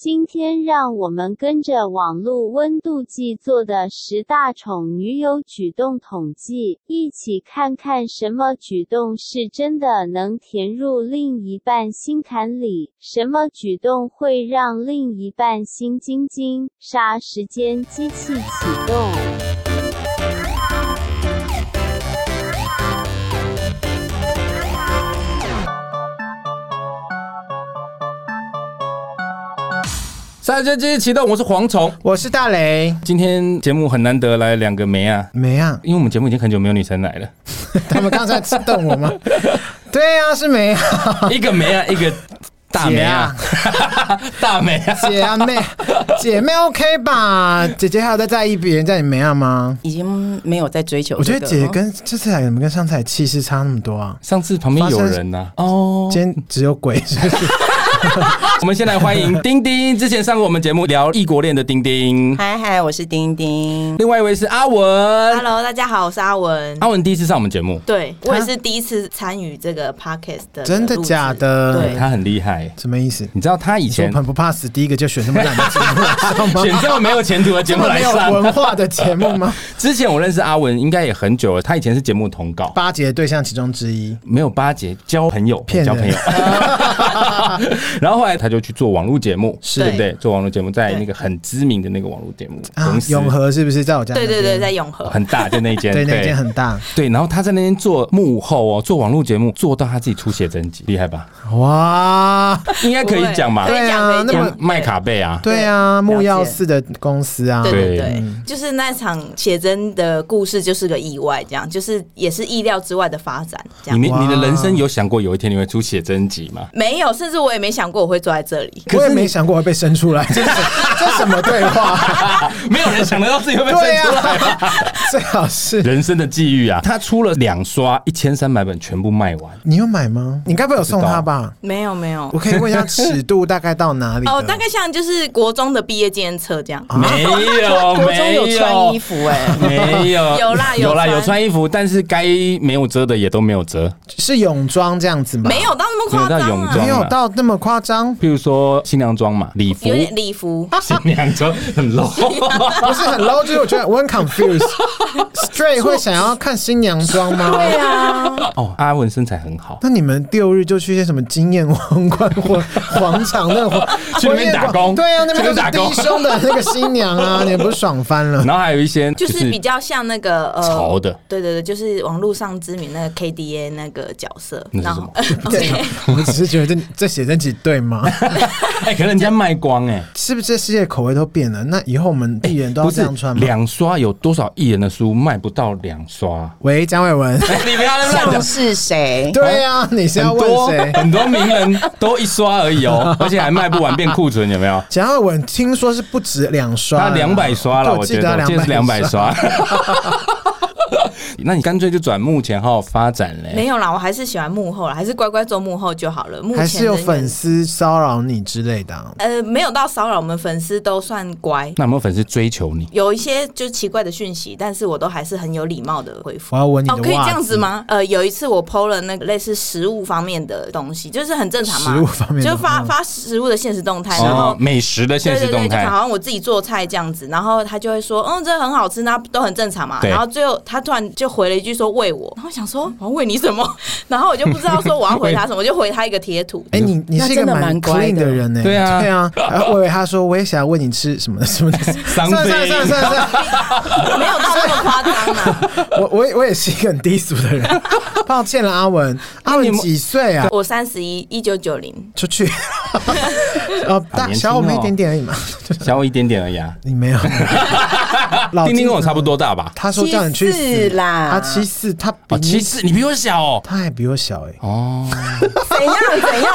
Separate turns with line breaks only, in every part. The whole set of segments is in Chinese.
今天让我们跟着网络温度计做的十大宠女友举动统计，一起看看什么举动是真的能填入另一半心坎里，什么举动会让另一半心惊惊。杀时间机器启动。
三间机启动，我是蝗虫。
我是大雷，
今天节目很难得来两个梅啊，
没 啊？
因为我们节目已经很久没有女生来了，
他们刚才在瞪我 吗？对啊，是没啊，
一个梅啊，一个大梅啊， 大梅啊。
姐啊 妹，姐妹 OK 吧？姐姐还有在在意别人叫你梅啊吗？
已经没有在追求、
我
这
觉
个。
得
哦
哦姐跟这次来怎么跟上次来气势差那么多啊？
上次旁边有人呐、哦，
今天只有鬼是 不是？
我们先来欢迎丁丁，之前上过我们节目聊异国恋的丁丁。
嗨嗨，我是丁丁。
另外一位是阿文，
Hello，大家好，我是阿文。
阿文第一次上我们节目，
对我也是第一次参与这个 podcast 的，
真的假？的？
对
他很厉害。
什么意思？
你知道他以
你说
前
很不怕死，第一个就选这么烂的节目来上吗？
选 这么没有前途的节
这
目
么
来
没有
上？
文化的节目吗？
之前我认识阿文应该也很久了，他以前是节目通告，
巴结的对象其中之一。
没有巴结，交朋友，
骗人
交朋友。然后后来他就去做网络节目，是对不对？做网络节目，在那个很知名的那个网络节目
啊
公，司，
永和是不是在我家那
对
边？
对对，在永和。
很大，就那一间，
对，那间很大。
对。然后他在那边做幕后哦，做网络节目，做到他自己出写真集，厉害吧？
哇，
应该可以讲吧
可？以讲，
对啊
可以
那
讲
么。
对
麦卡贝啊，
对啊，木
了解
曜四的公司啊，
对
对
对对，就是那场写真的故事就是个意外，这样就是也是意料之外的发展，这
你们
样
哇
你的人生有想过有一天你会出写真集吗？
没有，甚至我也没想过我会坐在这里。
我也没想过会被 生出来，这是这什么对话？
没有人想得到自己会被生
对
出来吧。
啊，最好是。
人生的际遇啊，他出了两刷，一千三百本全部卖完。
你有买吗？你该不会有送他吧？
没有没有
我，可以问一下尺度大概到哪里的？
哦，大概像就是国中的毕业纪念册这样。
没有，
国中
没
有穿衣服哎、
没有，
有啦
有
有
啦，
穿
有穿衣服，但是该没有遮的也都没有遮。
是泳装这样子吗？
没有到那么夸
没有到
张
泳装
啊，
没有到那么夸张，
譬如说新娘装嘛，礼服啊
有，点礼服。
新娘装很 low，
不是很 low，就是我觉得我很 confused。Stray 会想要看新娘装吗？对啊。
哦，阿文身材很好，
那你们六日就去一些什么经验皇冠或广场那种，
去那边打工
对啊，那边
去那边
都
打
是
工
低胸的那个新娘啊，你们不是爽翻 了？
然后还有一些
就
就是是
比较像那个呃
潮的
对对对，就是网络上知名那个 KDA 那个角色，
那是
然
什么
后对，
我只是觉得这这写真集对吗？
哎，可能人家卖光哎，
是不是这世界口味都变了？那以后我们艺人都要
不是
这样穿吗？
两刷有多少艺人的书卖不到两刷？
喂，蒋伟文，
哎 你不要乱讲
像。是谁？
对呀、啊，你是要
很
问
多
谁？
很多名人都一刷而已 哦，而且还卖不完变库存，有没有？
蒋伟文听说是不止两刷
他
啊，
两百刷了，
我
我
记
觉
得啊
得，我记得是两百
200刷。
刷。 那你干脆就转幕前好好发展嘞。
没有啦，我还是喜欢幕后啦，还是乖乖做幕后就好了。目前
还是有
人员
粉丝骚扰你之类的啊、
呃没有到骚扰，我们粉丝都算乖，
那有没有粉丝追求你？
有一些就奇怪的讯息，但是我都还是很有礼貌的回复
我。要闻你的
哦，
袜
可以这样子？吗？呃，有一次我 PO 了那个类似食物方面的东西，就是很正常嘛，
食物方面的
就发
嗯
发食物的现实动态，然后
哦美食的现
对
实
对
动
对，就
态，
好像我自己做菜这样子，然后他就会说，嗯，这很好吃，那都很正常嘛。
对
然后最后他突然就回了一句说喂我，然后我想说我要喂你什么， 然后我就不知道说我要回他 什么，我就回他一个贴图。
哎、你你是一个
那真的
蛮
蛮乖
clean
的
的人呢、
对啊
对啊。然后我以为他说我也想问你吃什么的什么的，算
Something
了算了算了算了算了，
没有到那么夸张啊！
我我也我也是一个很低俗的人，抱歉了，阿文。阿
那你
文
们
几岁啊？
我三十一，一九九零，
出去，哦，大
年轻
小我们
哦
一点点而已嘛，
小我一点点而已啊。
你没有，老
丁丁跟我差
多。
不多大吧？
他说叫你去死
74啦
他七四，他比
哦，
你
其实你比我小哦。
他还比我小哎、
哦，
怎样怎样？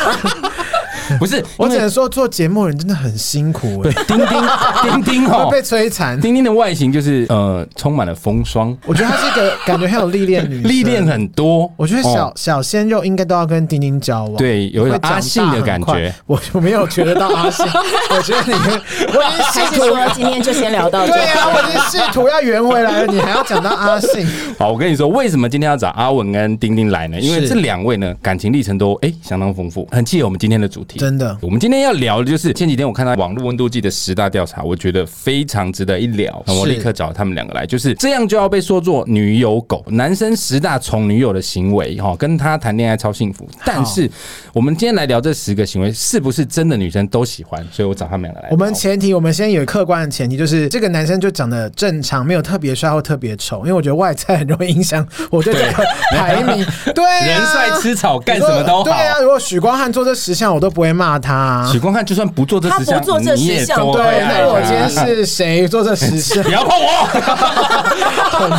不是，
我只
因为
能说做节目的人真的很辛苦
对
哎、
丁 丁丁丁
会
哦，
被摧残。
丁丁的外形就是呃，充满了风霜，
我觉得她是一个感觉很有历练女 生，
历练。很多。
我觉得小、
哦
小鲜肉应该都要跟丁丁交往，
对有一种
会长大
阿信的感觉
很快。我我没有觉得到阿 信，我觉得你我已经
还
试
是
图
说今天就先聊到这？
啊对啊，我已经试图要圆回来了，你还要讲到 阿信，
好，我跟你说，为什么今天要找阿文跟丁丁来呢？因为
是
这两位呢，感情历程都哎、诶相当丰富，很契合我们今天的主题。
真的
我们今天要聊的就是前几天我看到网络温度计的十大调查，我觉得非常值得一聊。那我
是
立刻找他们两个来，就是这样就要被说作女友狗，男生十大宠女友的行为哈、哦，跟他谈恋爱超幸福。但是我们今天来聊这十个行为，是不是真的女生都喜欢？所以我找他们两个来聊。
我们前提，我们先有客观的前提，就是这个男生就长得正常，没有特别帅或特别丑，因为我觉得外在很容易影响我对这个排 名。对、啊，
人帅吃草干什么都好
对啊，如果许光汉做这十项，我都不会骂他、啊
许光汉就算啊不做这十项，
他不做这
你也
十项
都
对，啊
会爱
那我
他
今天是谁做这十项
不？要碰我，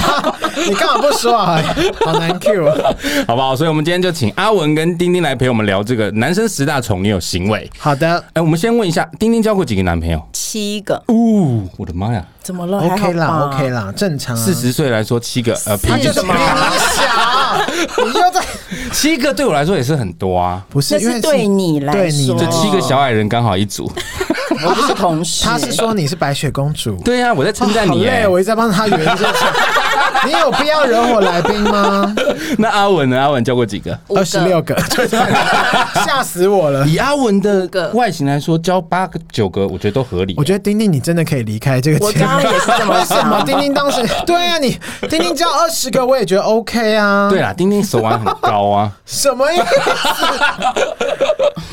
你干嘛不说啊？好难 Q 啊！
好不好？所以我们今天就请阿文跟丁丁来陪我们聊这个男生十大宠女友行为。
好的
哎、我们先问一下，丁丁交过几个男朋友？
七个，
哦，我的妈呀！
怎么了
哦
还好
，OK 啦
吧
，OK 啦，正常、啊。
四十岁来说，七个呃，
他
平
就
均
是比你小，你又在
七个对我来说也是很多啊。
不是
这
因为
是对你来
对你
说，
这七个小矮人刚好一 组，
我不是同事，
他是说你是白雪公主，
对呀、我在称赞
好
你、
累，
欸。
我一直在帮他圆这 个场。你有必要惹火来宾吗？
那阿文呢？阿文交过几个？
五
二十
个
六个， 就这样吓死我了。
以阿文
五
的
个
外形来说，交八个九个，我觉得都合理。
我觉得丁丁你真的可以离开这个
我
节
刚
目
刚。
嗯
也是这么
为什么
想，
丁丁当时对啊？你丁丁交二十个，我也觉得 OK 啊。
对，啦，丁丁手腕很高 啊。
什么意思？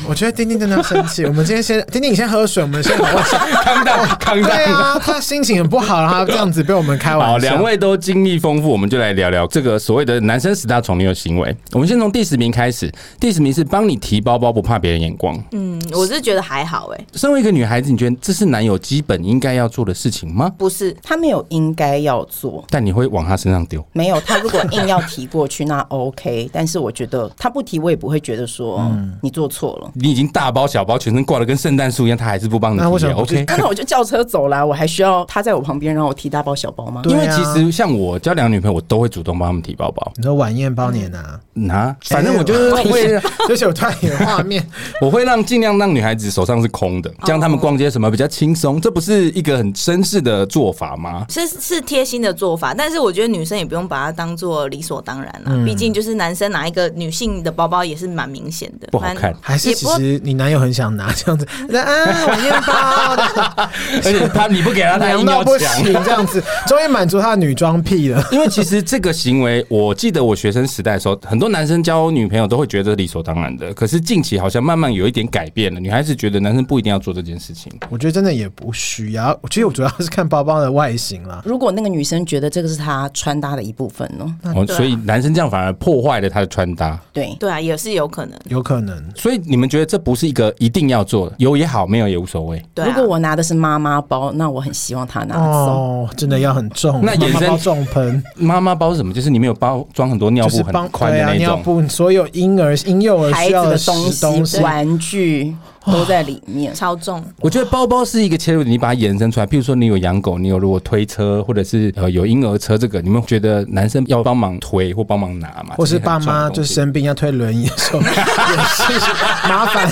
我觉得丁丁真的要生气。我们今天先，丁丁你先喝水，我们先好好 想。
康大，康大。
对啊，他心情很不好，然后他这样子被我们开玩笑。
好，两位都经历丰富，我们就来聊聊这个所谓的男生十大宠女友行为。我们先从第十名开始，第十名是帮你提包包不怕别人眼光。
嗯，我是觉得还好哎、
身为一个女孩子，你觉得这是男友基本应该要做的事情吗？
不是，
他没有应该要做。
但你会往他身上丢。
没有，他如果硬要提过去，那 OK。但是我觉得他不提，我也不会觉得说、哦
嗯
你做错了。
你已经大包小包，全身挂的跟圣诞树一样，他还是不帮你
那为
提啊
什
也
么不去
，OK？
那那我就叫车走啦，我还需要他在我旁边让我提大包小包吗？
对
因为
啊
其实像我交两个女朋友，我都会主动帮她们提包包，
你说晚宴包年啊？
拿。嗯反正我就是会，
而且我突然有 画面，
我会让尽量让女孩子手上是空的，这样她们
哦
逛街什么比较轻松。这不是一个很绅士的做法吗？
是是贴心的做法，但是我觉得女生也不用把它当做理所当然
嗯
啦、毕竟就是男生拿一个女性的包包也是蛮明显的，
不好看
蛮
还是
也
其
不
实你男友很想拿这样子，啊，晚宴 包的，
而且他你不给他，他硬
娘到
要
不
抢
行。这样子，终于满足他的女装癖了。
因为其实这个行为，我记得我学生时代的时候，很多男生交女朋友都会觉得理所当然的。可是近期好像慢慢有一点改变了，女孩子觉得男生不一定要做这件事情。
我觉得真的也不需要，我其实我主要是看包包的外形啦。
如果那个女生觉得这个是她穿搭的一部分呢？
啊
哦，所以男生这样反而破坏了他的穿搭。
对，
对啊，也是有可能。
有可能，
所以你们觉得这不是一个一定要做的，有也好，没有也无所谓。
对啊、
如果我拿的是妈妈包，那我很希望她拿走。
哦，真的要很重，
那衍生
妈妈包重喷，
妈妈包是什么？就是里面有包装很多尿
就是
布很
帮
宽
对
的
啊，
那
尿
种。
布所有婴儿、婴幼儿
孩
需
子
要
的
东
西、玩具都在里面。
超重，
我觉得包包是一个切入点，你把它延伸出来。譬如说，你有养狗，你有如果推车或者是呃有婴儿车，这个你们觉得男生要帮忙推或帮忙拿嘛？
或是
这些
爸
很重的
妈
东
就
西
生病要推轮椅的时候，也是麻烦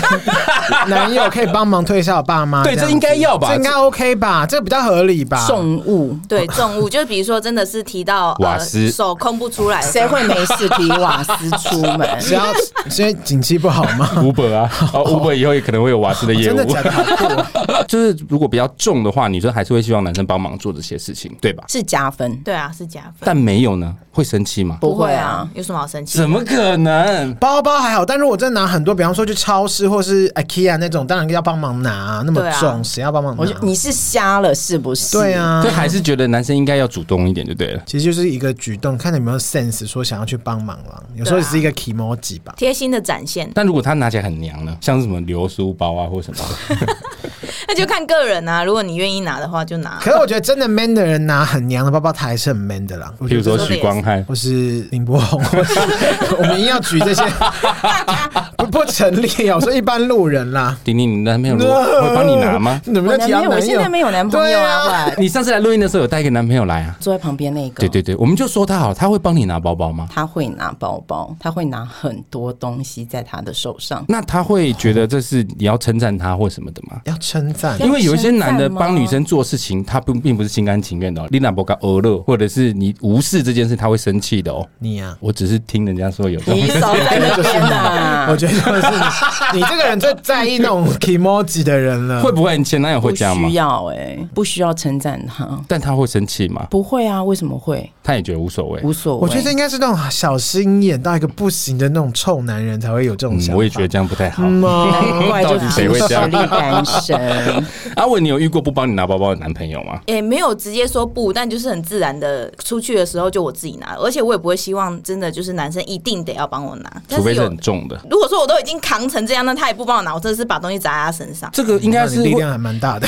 男友可以帮忙推一下我爸妈。
对，
样
这
子
应该要吧？
这应该 OK 吧？这比较合理吧？
重物，
对重物，就比如说真的是提到
瓦斯
呃、手空不出来，
谁会没事提瓦斯出 门？
只要因为景气不好吗？
Uber 啊， 哦，Uber 以后也可能会有瓦斯的 业
哦真
务
的，假的？好酷哦
就是如果比较重的话，女生还是会希望男生帮忙做这些事情，对吧？
嗯
是加分，
对啊，是加分。
但没有呢，会生气吗？
不会啊。，
有什么好生气？
怎么可能？
包包还好，但如果真的拿很多，比方说去超市或是 IKEA 那种，当然要帮忙拿啊，那么
对啊
重，谁要帮忙
我就
拿？
你是瞎了是不是？
对，啊
所以。还是觉得男生应该要主动一点就对了。
其实就是一个举动，看你有没有 sense 说想要去帮忙了。有时候
对啊
只是一个 emoji 吧。
贴心的展现，
但如果他拿起来很娘呢，像是什么流苏包啊或什么的，
那就看个人啊。如果你愿意拿的话，就拿。
可是我觉得真的 man 的人拿很娘的包包，他还是很 man 的啦。我
比
觉
如
得
说
这个
许光汉。
或是林柏宏，或是 我们硬要举 这些，不不成立啊！我说一般路 人啦，
丁丁，你男朋友如果会帮你拿吗？
你怎么
我
在
男
提到
朋友，
男
我现在
友？
没有男朋友
对
啊，喂
你上次来录音的时候有带一个男朋友来啊？
坐在旁边那个，
对对对，我们就说他好，他会帮你拿包包吗？
他会拿包包，他会拿很多东西在他的手上。
那他会觉得这是你要称赞他或什么的吗？
要称赞。
因为有一些男的
要称赞吗
帮女生做事情，他并并不是心甘情愿的、哦。你哪不敢俄乐，或者是你无视这件事，他会生气的哦。
你啊呀、
我只是听人家说有这种
你少在那边 呐、
我觉得就是你你这个人最在意那种 emoji 的人 了。
会不会你前男友会
不
这样吗
需？要哎、不需要称赞他，
但他会生气吗？
不会啊？为什么会？
他也觉得无所谓。
无所谓。
我觉得这应该是那种小心眼到一个不行的那种臭男人才会有这种想法。
嗯，我也啊觉得这样不太好。
嗯哦
难怪
到
就
底
是
谁会这样
实力 单身，
阿伟，你有遇过不帮你拿包包的男朋友吗？
也、没有直接说不，但就是很自然的出去的时候就我自己拿，而且我也不会希望真的就是男生一定得要帮我拿，但
除非
是
是
有
很重的。
如果说我都已经扛成这样，那他也不帮我拿，我真的是把东西砸在他身上。
这个应该
那
是
你力
会
量还 蛮大的。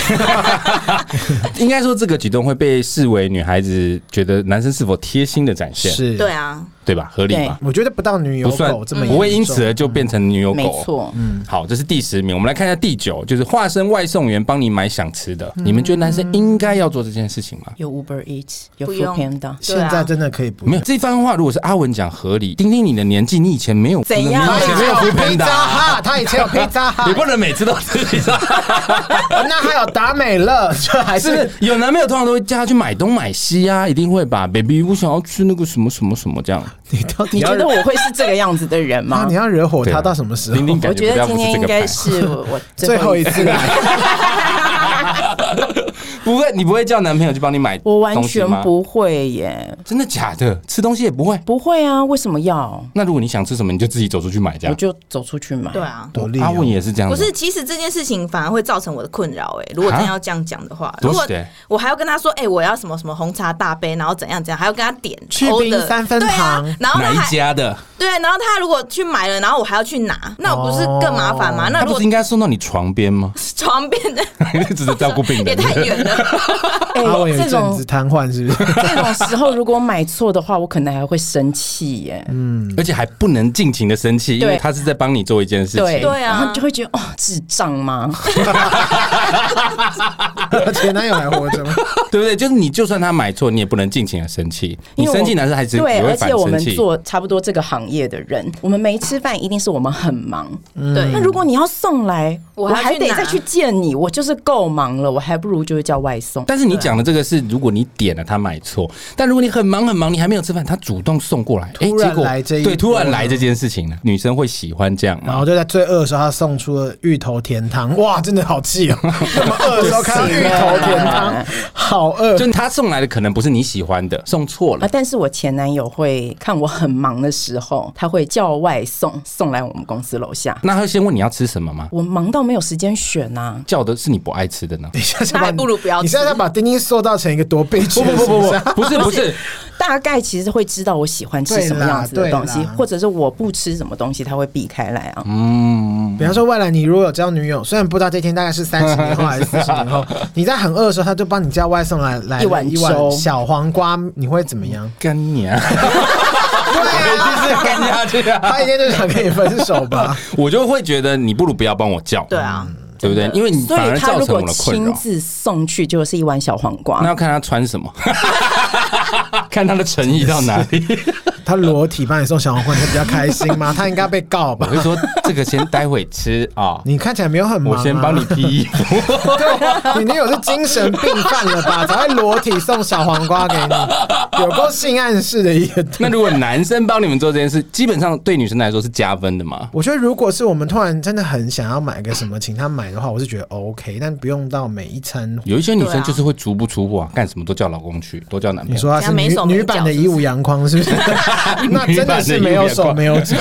应该说这个举动会被视为女孩子觉得男生是否贴心的展现，
是，
对啊，
对吧？合理吧？
我觉得不到女友
不算
狗这么严重
不会因此而就变成女友
嗯没
狗。
错。
好，这是第十名，我们来看一下第九，就是化身外送员帮你买想吃的。
嗯
你们觉得男生应该要做这件事情吗？
有 Uber Eats，有
不用
Food Panda，
对
现
啊
在真的可以不
没有这番话，如果是阿文讲合理，丁丁你的年纪，你以前没有
怎样
你以前没有
有
扶贫
披
的
扎
啊，
哈，他以前有披扎 哈
你，不能每次都吃披 萨，
那还有达美乐，这还
是不
是
是有男朋友通常都会叫他去买东买西啊，一定会吧？Baby，我想要吃那个什么什么什么这样。
你到底
你
要
觉得我会是这个样子的人
啊
吗
你？要惹火
对啊
他到什么时候
丁？丁感
我
觉
觉
比较
得今
不是
天
这
应
个
该
派。
是我我
最后一
次。
次来，
不会，你不会叫男朋友去帮你买
我完
东西
全
吗，
不会耶，
真的假的？吃东西也不会。
不会啊，为什么要？
那如果你想吃什么，你就自己走出去买，这
我
样。
就走出去买。
对，啊。
多哦厉害
阿文也是这样
不
子，
是，其实这件事情反而会造成我的困扰。哎，如果
嗯啊
真要这样讲的话，
ど
如
う
果
して
我还要跟他说，哎、我要什么什么红茶大杯，然后怎样怎样，还要跟他点
去
order
冰三分
对啊
糖，
然后
哪
他
一
还
家的？
对，然后他如果去买了，然后我还要去拿，那我不是更麻烦吗？那
他
如
不
果
是应该送到你床边 吗？
床边的
只是照顾病
也
人。
太远了，
哎、
阿文有一
这
阵
种
子瘫痪，是不 是？
这种时候如果买错的话，我可能还会生气耶。
嗯
而且还不能尽情的生气，因为
对
他是在帮你做一件事情。
对
对啊
然后就会觉得哦，智障吗？
前男友还活着吗？
对不对？就是你就算他买错，你也不能尽情的生气。你
因为我
生气，男生还是
对，
也会
而
反
且我
生
们
气。
做差不多这个行业的人，我们没吃饭一定是我们很忙。那
对。
如果你要送来，
我
我
还要
还
去
得
拿
再去见你，我就是够忙了，我还不如就是叫外送。
但是你讲的这个是，如果你点了他买错，但如果你很忙很忙，你还没有吃饭，他主动送过来，哎，
突然
结果
来这一
对，
波
突然来这件事情呢，女生会喜欢这样
然
吗
后？就在最饿的时候，他送出了芋头甜汤，哇，真的好气 哦！那么饿的时候看到芋头甜汤，好 饿。
啊就他送来的可能不是你喜欢的，送错
啊
了！。
但是我前男友会看我很忙的时候，他会叫外送送来我们公司楼下。
那他会先问你要吃什么吗？
我忙到没有时间选啊呐、
叫的是你不爱吃的呢？
等一下，
那还不如不要吃
你现在要把丁丁塑造成一个多悲剧
不
的
不不不
形象
不，不是不是，
大概其实会知道我喜欢吃什么样子的东西
对啦对啦，
或者是我不吃什么东西，他会避开来啊。
嗯，
比方说，未来你如果有交女友，虽然不知道这天大概是三十年后还是四十年 后，你在很饿的时候，他就帮你叫外送来来
一碗
一碗
粥
小黄瓜，你会怎么样？
干你啊！我一 定是干下去啊！
他一定就想跟你分手吧？
我就会觉得你不如不要帮我叫，嗯
对啊，
对不对？因为你
所
反而
以他
造
如
成我
果
的困
亲
扰。
自送去，就是一碗小黄
那
瓜。
要看他穿什么，看他的诚意到哪里。
他裸体帮你送小黄瓜，你会比较开心吗？他应该被告
我
吧
会？说这个先待会吃啊，
你看起来没有很忙、
我
啊，
先帮你披衣服。
对，你女友是精神病犯了吧？才会裸体送小黄瓜给你， 有过性暗示的一个。
那如果男生帮你们做这件事，基本上对女生来说是加分的嘛？
我觉得，如果是我们突然真的很想要买个什么，请他买的话，我是觉得 OK，但不用到每一餐。
有一些女
对
生
啊
就是会足不出户啊，干什么都叫老公去，都叫男朋
你
友。
说她是
这样
女
没手没脚
女版的以武扬匡，是不是？ 那真的是没有手没有脚。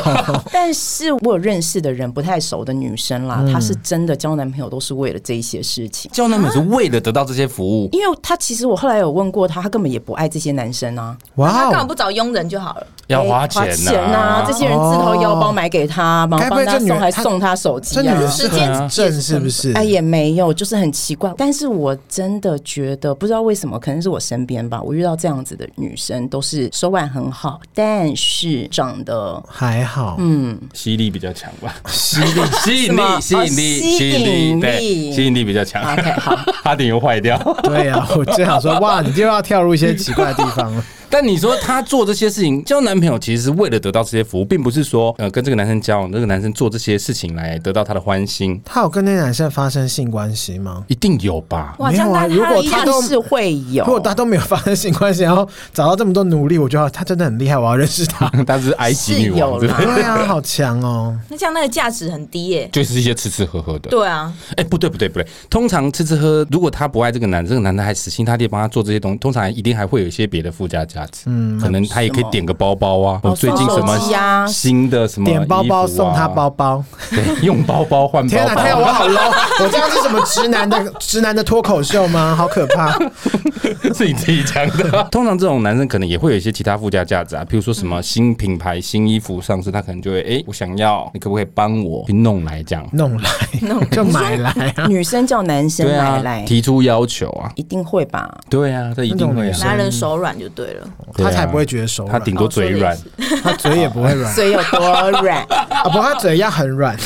但是我有认识的人不太熟的女生啦，
嗯
她是真的交男朋友都是为了这一些事情。
叫男朋友是为了得到这些服务，
因为她其实我后来有问过她，她根本也不爱这些男生啊，
他
哇
干嘛
哦！
不找佣人就好了？
要花
钱
钱
啊
呐
这。些人自掏腰包买给她，帮
哦该不
帮
会
她
这女
送，还
她
送她手机
这女
啊
人。是很正，是不是？
哎，也没有，就是很奇怪。但是我真的觉得，不知道为什么，可能是我身边吧，我遇到这样子的女生，都是手腕很好，但是长得
还好，嗯，
吸力比较强吧？
吸力
吸引
是吗
力，吸引力，
哦吸
吸引
引
力，对，
力啊
吸引力比较强。
OK 好，
哈点又坏掉。
对啊，我正想说，哇，你就要跳入一些奇怪的地方了。
但你说她做这些事情，交男朋友其实是为了得到这些服务，并不是说呃跟这个男生交往，这个男生做这些事情来得到他的欢心，
他有跟那男生发生性关系吗？
一定有吧？
哇，
没
这
有
样
啊
大
如
家
果
一
他
样
都
是会有
如。果他都没有发生性关系，然后找到这么多奴隶，我觉得他真的很厉害，我要认识他。
她是埃及
是
女王，
有
对不对
啦
对啊，好强哦！
那这样那个价值很低耶、
就是一些吃吃喝喝的。
对啊，
哎、不对不对不对，通常吃吃喝，如果他不爱这个男，这个男的还死心塌地帮他做这些东西，通常一定还会有一些别的附加价值。嗯，可能他也可以点个包包啊，
哦
我最近
送
什么
手机啊
新的什么、啊
点包包送他包，包，
对， 用包包换包啊
天啊哪，天哪，我
包，
好 low！我这样是什么直男的直男的脱口秀吗？好可怕！
是你自己讲的。通常这种男生可能也会有一些其他附加价值啊，比如说什么新品牌、新衣服上市，他可能就会哎、我想要，你可不可以帮我去弄来这样？
弄来就买来 啊！
女生叫男生
对
买
啊
来，，
提出要求啊，
一定会吧？
对啊，这一定会
那种女生
啊，
拿人手软就对了。
对啊
他才不会觉得手
他
软，
顶多嘴
哦说得也
软。
是
他嘴也不会 软
嘴有多 软？
啊，不，他嘴要很 软，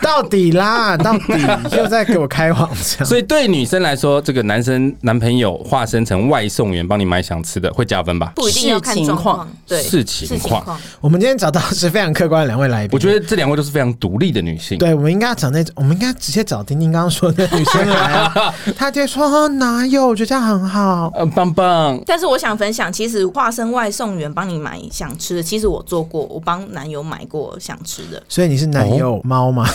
到底啦，到 底又在给我开黄腔。
所以对女生来说，这个男生男朋友化身成外送员帮你买想吃的，会加分吧？
不一定要看
视情
状况
况，
对，
视情
视
况
况，
我们今天找到是非常客观的两位来宾，
我觉得这两位都是非常独立的女性。
对，我们应该要找那种，我们应该直接找丁丁刚刚说的那女生 来啊，她就会说哦哪有，我觉得这样很好。
呃，棒棒，
但是我想分享，其实化身外送员帮你买想吃的，其实我做过，我帮男友买过想吃 的。
所以你是男友
哦
猫 吗？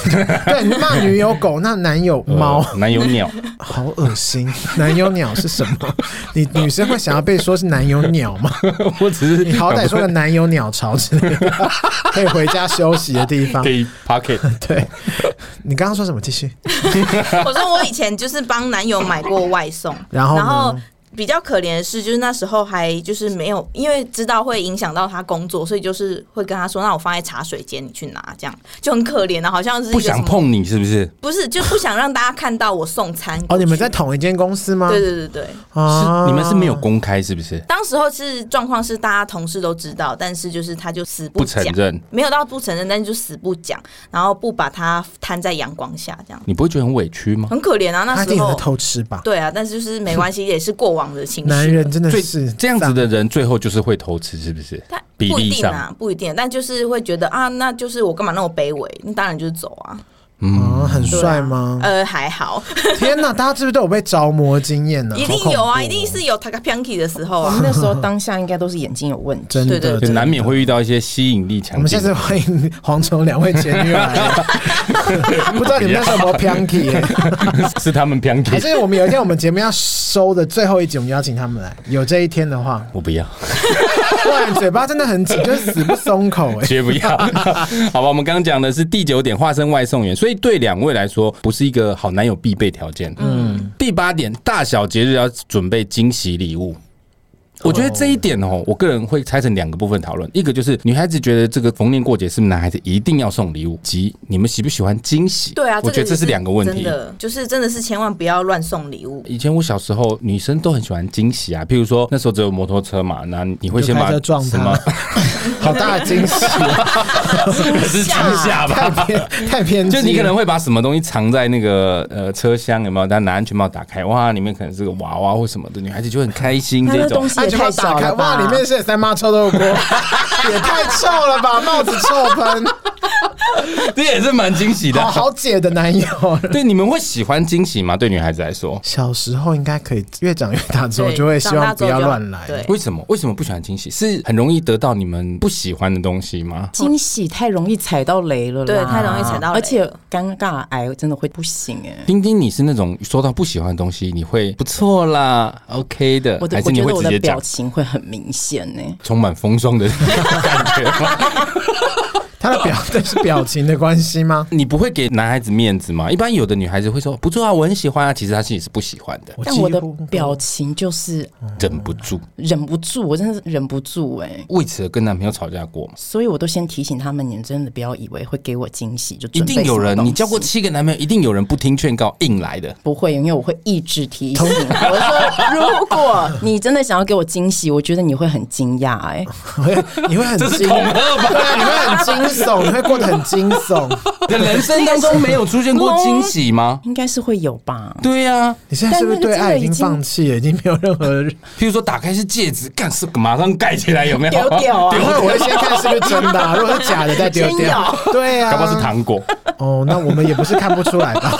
对，你骂女友狗，那男友
呃
猫，
男友鸟，
好恶心。男友鸟是什么？你女生会想要被说是男友鸟 吗？
我只是
你好歹说个男友鸟巢之类 的，可以回家休息的地方
可。以 pocket，
对，你刚刚说什么？继续。
我说我以前就是帮男友买过外送，
然后呢
然后比较可怜的是，就是那时候还就是没有，因为知道会影响到他工作，所以就是会跟他说，那我放在茶水间，你去拿，这样就很可怜的，啊好像是一
不
个什
想
么，
碰你是不是？
不是就不想让大家看到我送餐过
哦，
去
你们在同一间公司吗？
对对对对，
啊
是你们是没有公开是不是？
当时候是状况是大家同事都知道，但是就是他就死
不承
讲，
认，
没有到不承认，但是就死不讲，然后不把它摊在阳光下，这样
你不会觉得很委屈吗？
很可怜啊。那
他一定
时
有在
候
偷吃吧？
对啊，但是就是没关系，也是过往的情绪。
男人真的
最
是
这样子的人，最后就是会偷吃，是不是？
但
比
不一
例
定
上，
啊，不一定，但就是会觉得啊，那就是我干嘛那么卑微？那当然就是走啊，
嗯，
啊，很
对啊
帅吗？
呃，还好，
天哪，大家是不是都有被着魔经验呢、
嗯
一定
好恐
有
怖
啊，
哦
一定是有 Takapianki 的时候
我
啊
们。那时候当下应该都是眼睛有问题。
真的，
对对对
就
真的
难免。会遇到一些吸引力
我
强
们
劲
下
的。
次欢迎蝗虫两位前女友 来，不知道你们那时候有没有 Pianki，耶、
是他们偏给，
还是我们有一天我们节目要收的最后一集，我们邀请他们来。有这一天的话，
我不要。
不然嘴巴真的很紧，就是死不松口哎、
绝不要，好吧？我们刚刚讲的是第九点，化身外送员，所以对两位来说，不是一个好男友必备条件。嗯，第八点，大小节日要准备惊喜礼物。我觉得这一点哦，我个人会拆成两个部分讨论。一个就是女孩子觉得这个逢年过节是不是男孩子一定要送礼物，及你们喜不喜欢惊喜？
对啊，
我觉
个
得这是
也
两个问
真
题。
的就是真的是千万不要乱送礼物。
以前我小时候，女生都很喜欢惊喜啊，譬如说那时候只有摩托车嘛，那你会
就
先
开
把
车撞
什
他
么？
好大的惊喜，
是惊吓吧？
太偏太偏 激
就
了，
你可能会把什么东西藏在那个呃车厢有没有？但拿安全帽打开，哇，里面可能是个娃娃或什么的，女孩子就很开心
那
这
那
种
东。西
安
也
全
太
帽打
小
开，
了吧？
哇，里面是三妈臭豆锅， 也太臭了吧，帽子臭喷，
这也是蛮惊喜的
好。好姐的男友。
对，你们会喜欢惊喜吗？对女孩子来说，
小时候应该可以，越长越大之后
对
就会希
长
望
大之
不
后
要
就
乱来。
对
为什么？为什么不喜欢惊喜？是很容易得到你们不喜欢的东西吗？
惊喜太容易踩到雷了啦，
对太容易踩到雷了
而且尴尬癌真的会不行哎、
丁丁，你是那种收到不喜欢的东西，你会不错啦，OK 的
我，的
还
我
是你
觉
会
得我
直
的
接讲
表？情会很明显欸呢、
充满风霜的 感觉吗？
他的表 这是表情的关系吗？
你不会给男孩子面子吗？一般有的女孩子会说不错啊，我很喜欢啊，其实她心里是不喜欢的，
但我的
几乎
表情就是
忍不住。
忍不住，我真的是忍不住哎、
为此而跟男朋友吵架过吗？
所以我都先提醒他们，你们真的不要以为会给我惊喜，就
一
准备
定有
什么
人，
东西
你交过七个男朋友，一定有人不听劝告硬来的。
不会，因为我会一直提醒。我说，如果你真的想要给我惊喜，我觉得你会很惊讶哎、
会你会很
这是
惊
恐吓吧
对啊，你会很惊悚，你会过得很惊悚。
你的人生当中没有出现过惊喜 吗？
应该是会有吧？
对啊呀、
你现在是不是对爱已经
但那
放
个
弃了，已经没有任何？
譬如说打开是戒指，干是马上盖起来，有没有？
丢掉啊
等会 我会先看是不是真的啊、如果是假的再丢
先
掉。对呀、
搞不好是糖果。
啊
哦，那我们也不是看不出来吧？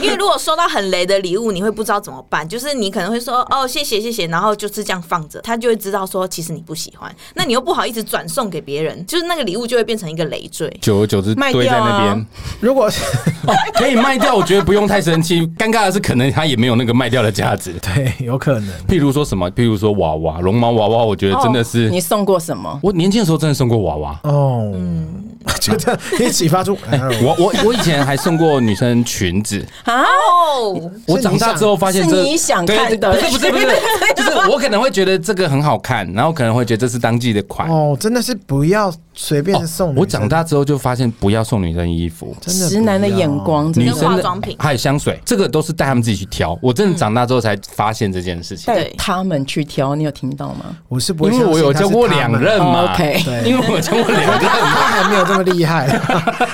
因为如果收到很雷的礼物，你会不知道怎么办，就是你可能会说哦谢谢谢谢，然后就是这样放着，他就会知道说其实你不喜欢，那你又不好意思转送给别人，就是那个礼物就会变成一个累赘。
久而久之
卖
堆在那
掉
边
啊，
如果。
哦，可以卖掉，我觉得不用太生气。尴尬的是，可能它也没有那个卖掉的价值
对，有可能。
譬如说什么，譬如说娃娃，绒毛娃娃，我觉得真的是，
哦你送过什么？
我年轻的时候真的送过娃娃。
哦， 觉得可以启发出。 哎呦
我我我以前还送过女生裙子，
啊？
哦，
我长大之后发现
是
这
你想
对
看的
不是不是不是， 就是我可能会觉得这个很好看，然后可能会觉得这是当季的款。
哦，真的是不要随便
哦
送女生、
我长大之后就发现不要送女生衣服，
真的不
直男的
要
眼光，真
女
的
跟
生
化
的
妆品
还有香水，这个都是带他们自己去挑。我
嗯
真的长大之后才发现这件事情。
带
对
他们去挑，你有听到吗？
我是不会
因
相
为
信他
我
是他
有交过
们，
两任
哦
嘛，
，OK
对
因为我有交过两任，
他还没有这么厉害。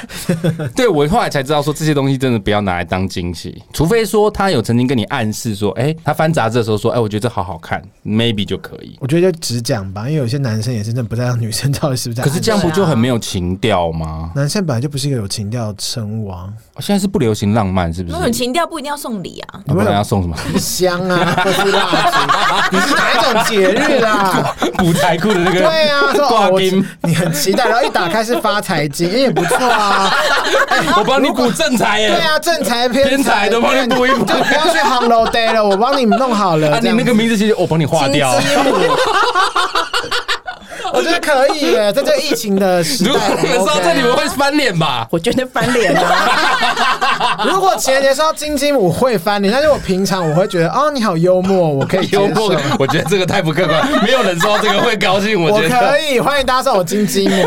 对我后来才知道说这些东西真的不要拿来当惊喜，除非说他有曾经跟你暗示说，哎、他翻杂志的时候说，哎、我觉得这好好看，maybe 就可以。
我觉得就只讲吧，因为有些男生也是真的不知道女生到底是不是在
可
暗示。
是这样不就很没有情调吗？
男生本来就不是一个有情调的称呼啊，
哦现在是不流行浪漫，是不是
那？种情调不一定要送礼啊，
我们要送什么？
香啊，或是蜡烛，你是哪一种节 日啦？
补财库的那个
对啊，说
挂
哦，我
金，
你很期待，然后一打开是发财金，哎也不 错啊。
我帮你补正财耶
对。啊，正财偏
偏财都帮你补一补
就不要去红楼 day 了，我帮你们弄好 了。
啊，
这
你
样
那个名字其实我帮你划掉。
我觉得可以耶，在这个疫情的时代
如果你们说
OK
这，你们会翻脸 吧？
我觉得翻脸啊！
如果情人节是要金金，我会翻脸，但是我平常我会觉得，哦，你好幽默，我可以接受
幽默， 我觉得这个太不客观， 没有人说这个会高兴。我
我
觉
可
得
以，欢迎大家送我金鸡母，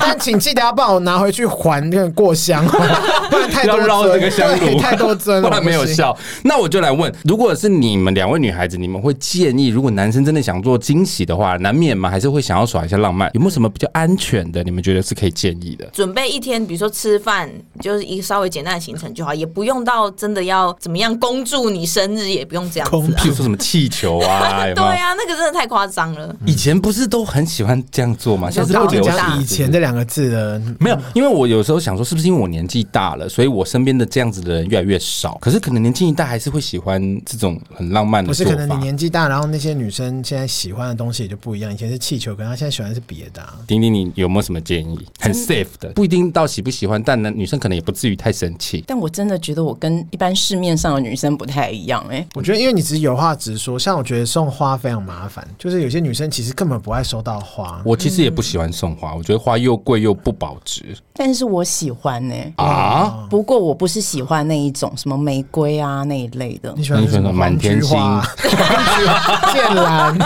但请记得要帮我拿回去还那个过香哦，不然太多
要绕这
尊，
个香
对
炉，
太多尊了，
不然没有
我不行。
效。那我就来问，如果是你们两位女孩子，你们会建议，如果男生真的想做惊喜的话，难免嘛，还是会想要耍一下浪漫，有没有什么比较安全的？你们觉得是可以建议的？
准备一天，比如说吃饭，就是一个稍微简单的行程就好，也不用到真的要怎么样恭祝你生日，也不用这样子、啊。
譬如说什么气球啊，有
对
没有？
啊，那个真的太夸张了。
以前不是都很喜欢这样做吗？现在是
我
不
只
流行
讲以前这两个字的，
没有，因为我有时候想说，是不是因为我年纪大了，所以我身边的这样子的人越来越少？可是可能年纪一大，还是会喜欢这种很浪漫的
不是
做法。
可能你年纪大，然后那些女生现在喜欢的东西也就不一样，以前是气球，可能她现在喜欢的是别的、啊。
丁丁，你有没有什么建议？很 safe 的，不一定到喜不喜欢，但呢，女生可能也不至于太生气。
但我真的觉得我跟一般市面上的女生不太一样哎、
我觉得，因为你只是有话直说，像我觉得送花非常麻烦，就是有些女生其实根本不爱收到花。
我其实也不喜欢送
嗯
花，我觉得花又贵又不保值
但是我喜欢呢、
啊。
不过我不是喜欢那一种什么玫瑰啊那一类的
你，喜欢
你喜
什
欢
么
什么满天星
黄菊花、 黄菊 剑兰，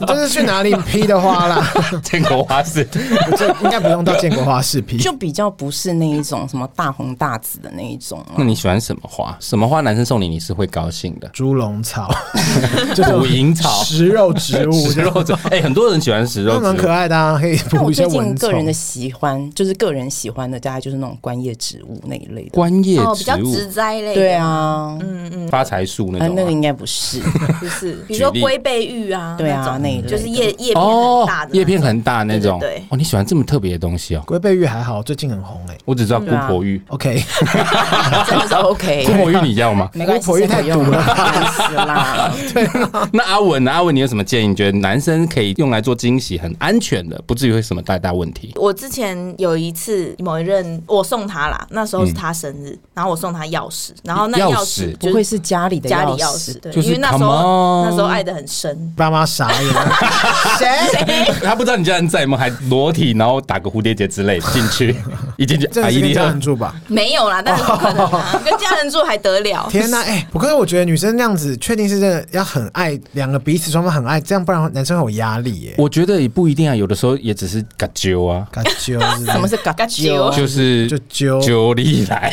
你这是去哪里批的花啦？
见过花是，
这应该不用到建国花市批。
就比较不是那一种什么大红大紫的那一种啊、
那你喜欢什么花？什么花男生送你，你是会高兴的？
猪笼草， 就是
捕蝇草
食肉植物，
食肉者，哎、很多人喜欢食
那
肉
蛮
植
可
物。
爱的啊，可以
但
捕
我
一些
最
蚊
近个人的
虫。
喜欢，就是个人喜欢的，大概就是那种观叶植物那一类的。
观叶
哦，比较
植物、
植栽类的。
对，啊，
嗯
发财树那
啊，
种、
那个
啊。
应该不是。
就是比如说
举例
龟背玉啊，
对啊
种
那一类
就是叶叶片很
哦
大的那，种
叶片很大那种。
对对对
哦，你喜欢这么特别的东西哦？
龟背玉还好，最近很红哎。
我只知道姑
对啊
婆玉，
OK，
真的是 OK，
姑婆玉你要 吗？
没关系，
婆玉太毒了
烦死啊啦！
那阿文呢？阿文，你有什么建议？你觉得男生可以用来做惊喜，很安全的，不至于会什么太大问题？
我之前有一次某一任我送他啦，那时候是他生日，然后我送他钥匙，然后那
嗯钥
钥
匙
匙
不
就
会
是
是家里的
家里
钥
钥
匙
匙，，对，
就是
因为那时候
come on
那时候爱的很深。
爸妈傻 眼了。谁？
他不知道你家人在吗？还裸体，然后打个蝴蝶结之类进去， 一进去，
这
阿
个是
姨
跟
你
家
好
人。住吧？
没有啦，但是不可能啊，跟家人住还得了？
天呐，哎、我可是我觉得女生那样子，确定是真的要很爱，两个彼此双方很爱，这样不然男生会有压力耶、
我觉得也不一定啊，有的时候也只是嘎啾啊，
嘎啾是不是
嗯什么是嘎
嘎
啾
啾？
就是
就揪
啾力来。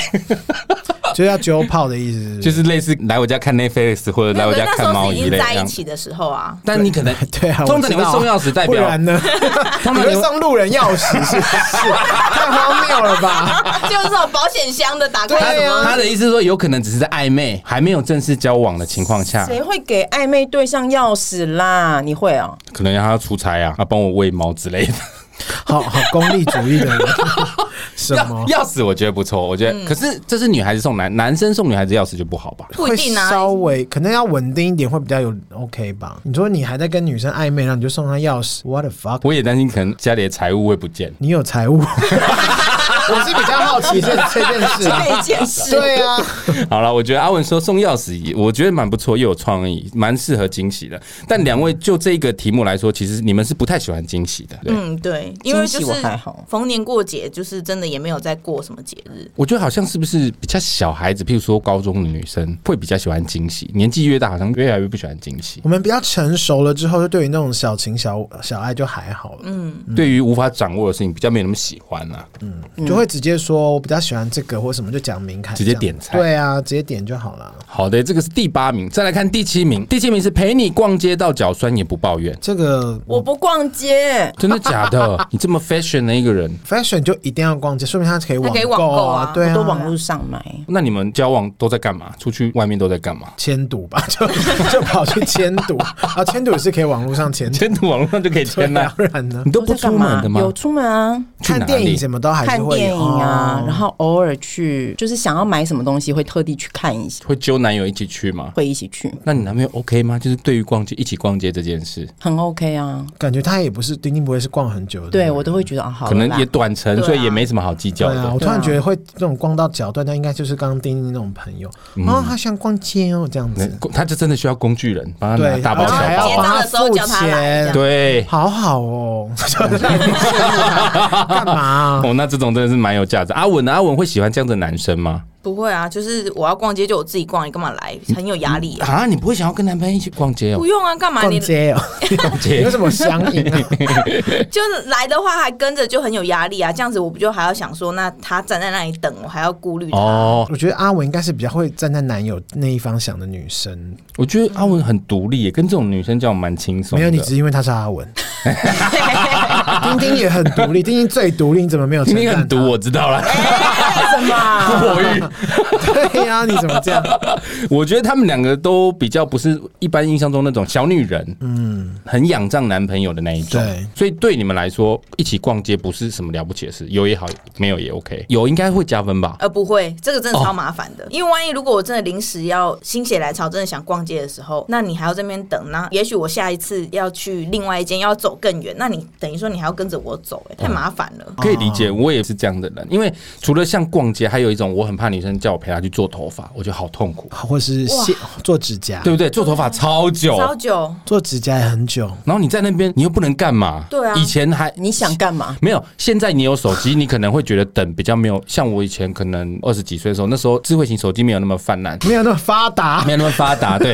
就是要酒泡的意思是不 是，
就是类似来我家看 Netflix 或者来我家
那时
看
候
猫
是已
一
经
类
在
这
一
样。
起的时候啊，
但你可能
对啊，
通常你会
我知道
送钥匙代
不
表，
然呢？
通常
你
你
会
会
送路人钥匙 是不是？太荒谬了吧？
就是这种保险箱的打
他
开什么，
他的意思是说，有可能只是在暧昧，还没有正式交往的情况
啊
下，
谁会给暧昧对象钥匙啦？你会哦、
可能让他出差啊，啊帮我喂猫之类的。
好好功利主义 的人，什么？
钥匙我觉得不错，我觉得，可是这是女孩子送男男生送女孩子钥匙就不好吧？
不一定
会
啊
稍。微可能要稳定一点，会比较有 OK 吧？你说你还在跟女生暧昧，然后你就送她钥匙，What the fuck？
我也担心可能家里的财物会不见。
你有财务？ 我是比较好奇这这件事啊。
这 件事
对啊，
好了，我觉得阿文说送钥匙也，我觉得蛮不错，又有创意，蛮适合惊喜的。但两位就这个题目来说，其实你们是不太喜欢惊喜的。对，
嗯，对，因为
惊
就
喜
是
我还好
逢年过节，就是真的也没有在过什么节日。
我觉得好像是不是比较小孩子，譬如说高中的女生会比较喜欢惊喜，年纪越大好像越来越不喜欢惊喜。
我们比较成熟了之后，就对于那种小情小小爱就还好
嗯
了，
对于无法掌握的事情，比较没那么喜欢啊啦、
嗯
就会直接说我比较喜欢这个或什么，就讲明开，
直接点菜
对啊，直接点就好了。
好的，这个是第八名，再来看第七名，第七名是陪你逛街到脚酸也不抱怨，
这个
我不逛街，
真的假的？你这么 fashion 的一个人，
fashion 就一定要逛街，说明他可以
他可以
购
网购
啊
啊，
对啊，
都网络上买。
那你们交往都在干嘛？出去外面都在干嘛？
迁赌吧， 就就跑去迁 赌啊，迁赌也是可以网络上迁赌，
签网络上就可以签
对啊
啦、
不然呢
你？都不出门的吗？
有出门啊，
去哪
看
里
电影什么都还是
看
会哦
电影啊，然
后
后偶尔去，就是想要买什么东西会特地去看一下，
会揪男友一起去吗？
会一起去，
那你男朋友 OK 吗？就是对于逛街一起逛街这件事，
很 OK 啊。
感觉他也不是一定不会是逛很久的，
对我都会觉得啊，好
可
了啦
能也短程，
对啊
所以也没什么好计较
对啊，
的
我。突然觉得会这种逛到脚断，那应该就是刚刚丁丁那种朋友
嗯
哦，他想逛街哦，这样
那
子，
他就真的需要工具人帮他拿
对，
大包
然
小
后还要
包，
帮他
结账的时候
付
叫他来
钱，
对。
好好哦，干嘛啊？
哦，那这种真的是蛮有价值。阿文呢？阿文会喜欢这样的男生吗？
不会啊，就是我要逛街就我自己逛，你干嘛来？很有压力啊。
啊，你不会想要跟男朋友一起逛街哦
不？用啊，干嘛？
逛
你
街哦，
逛
有
街
什么相应啊？
就是来的话还跟着就很有压力啊，这样子我不就还要想说，那他站在那里等，我还要顾虑他。
哦，
我觉得阿文应该是比较会站在男友那一方想的女生，
我觉得阿文很独立耶，跟这种女生交往蛮轻松的。
没有你，只因为他是阿 文。丁丁也很独立，丁丁最独立，你怎么没有承
你
担？
很毒，我知道了。哎
什 么？
我欲
对呀、你怎么这样？
我觉得他们两个都比较不是一般印象中那种小女人，嗯，很仰仗男朋友的那一种。
对，
所以对你们来说，一起逛街不是什么了不起的事，有也好，没有也 OK，有应该会加分吧。
呃，不会，这个真的超麻烦的。因为万一如果我真的临时要心血来潮，真的想逛街的时候，那你还要这边等那也许我下一次要去另外一间，要走更远，那你等于说你还要跟着我走、
哦
哎，太麻烦了。
可以理解，我也是这样的人。因为除了像逛街，还有一种我很怕女生叫我陪她去做头发，我觉得好痛
啊
苦，
或是卸做指甲，
对不对？做头发超久，
超久，
做指甲也很久。
然后你在那边你又不能干嘛？
对啊
以前还
你想干嘛？
没有，现在你有手机，你可能会觉得等比较没有像我以前可能二十几岁的时候，那时候智慧型手机没有那么泛滥，
没有那么发达
没，有那么发达。 对，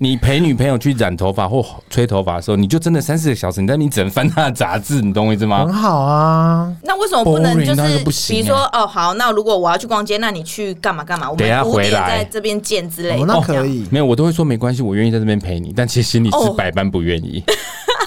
你陪女朋友去染头发或吹头发的时候，你就真的三四个小时，但你只能翻她的杂志，你懂我意思
很
吗？
好啊。
那为什么不
Boring
能就
到一个
是
不行欸
比如说哦好，那如果我要去逛街，那你去干嘛干嘛？我
等一下
们五
回
点
来
在这边见之类
哦
的，，
那
这样
可以。
没有，我都会说没关系，我愿意在这边陪你，但其实心里是
哦
百般不愿意。
哦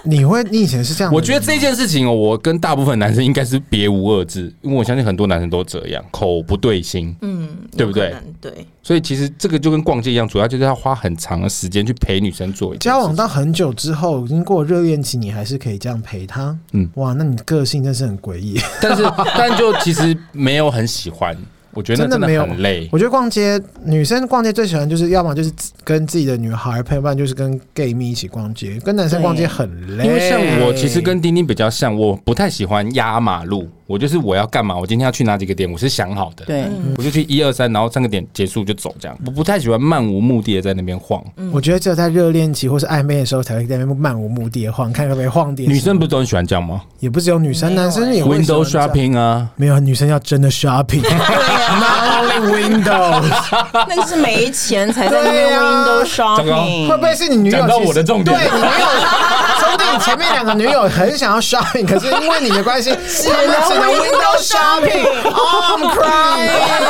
你会，你以前是这样的人吗。
我觉得这件事情哦，我跟大部分男生应该是别无二致，因为我相信很多男生都这样，口不对心，
嗯，
对不对
有可能？ 对，
所以其实这个就跟逛街一样，主要就是要花很长的时间去陪女生做一件事
交往到很久之后，经过热恋期，你还是可以这样陪他。
嗯
嗯，哇，那你个性真是很诡异，
但是但就其实没有很喜欢，我觉得那
真的没有
很累。
我觉得逛街，女生逛街最喜欢就是要么就是自跟自己的女孩陪伴，就是跟 gay 蜜一起逛街，跟男生逛街很累。
因为像我其实跟丁丁比较像，我不太喜欢压马路，我就是我要干嘛，我今天要去哪几个点，我是想好的，
对，
我就去一二三，然后三个点结束就走这样。我不太喜欢漫无目的的在那边晃。
嗯我觉得只有在热恋期或是暧昧的时候，才会在那边漫无目的地晃，看会不会晃点什么。
女生不是都很喜欢这样吗
也不只有女生，男生也会喜欢
？Window
这样
shopping 啊，
没有女生要真 的 shopping，n o only window，
那个是没钱才在那边
对啊
window
糕
shopping，
会不会是你女友
讲
其
到
实？
我的重点
对你女友，说不定你前面两个女友很想要 shopping，可是因为你的关系，只能只能 window shopping。Oh, I'm crying，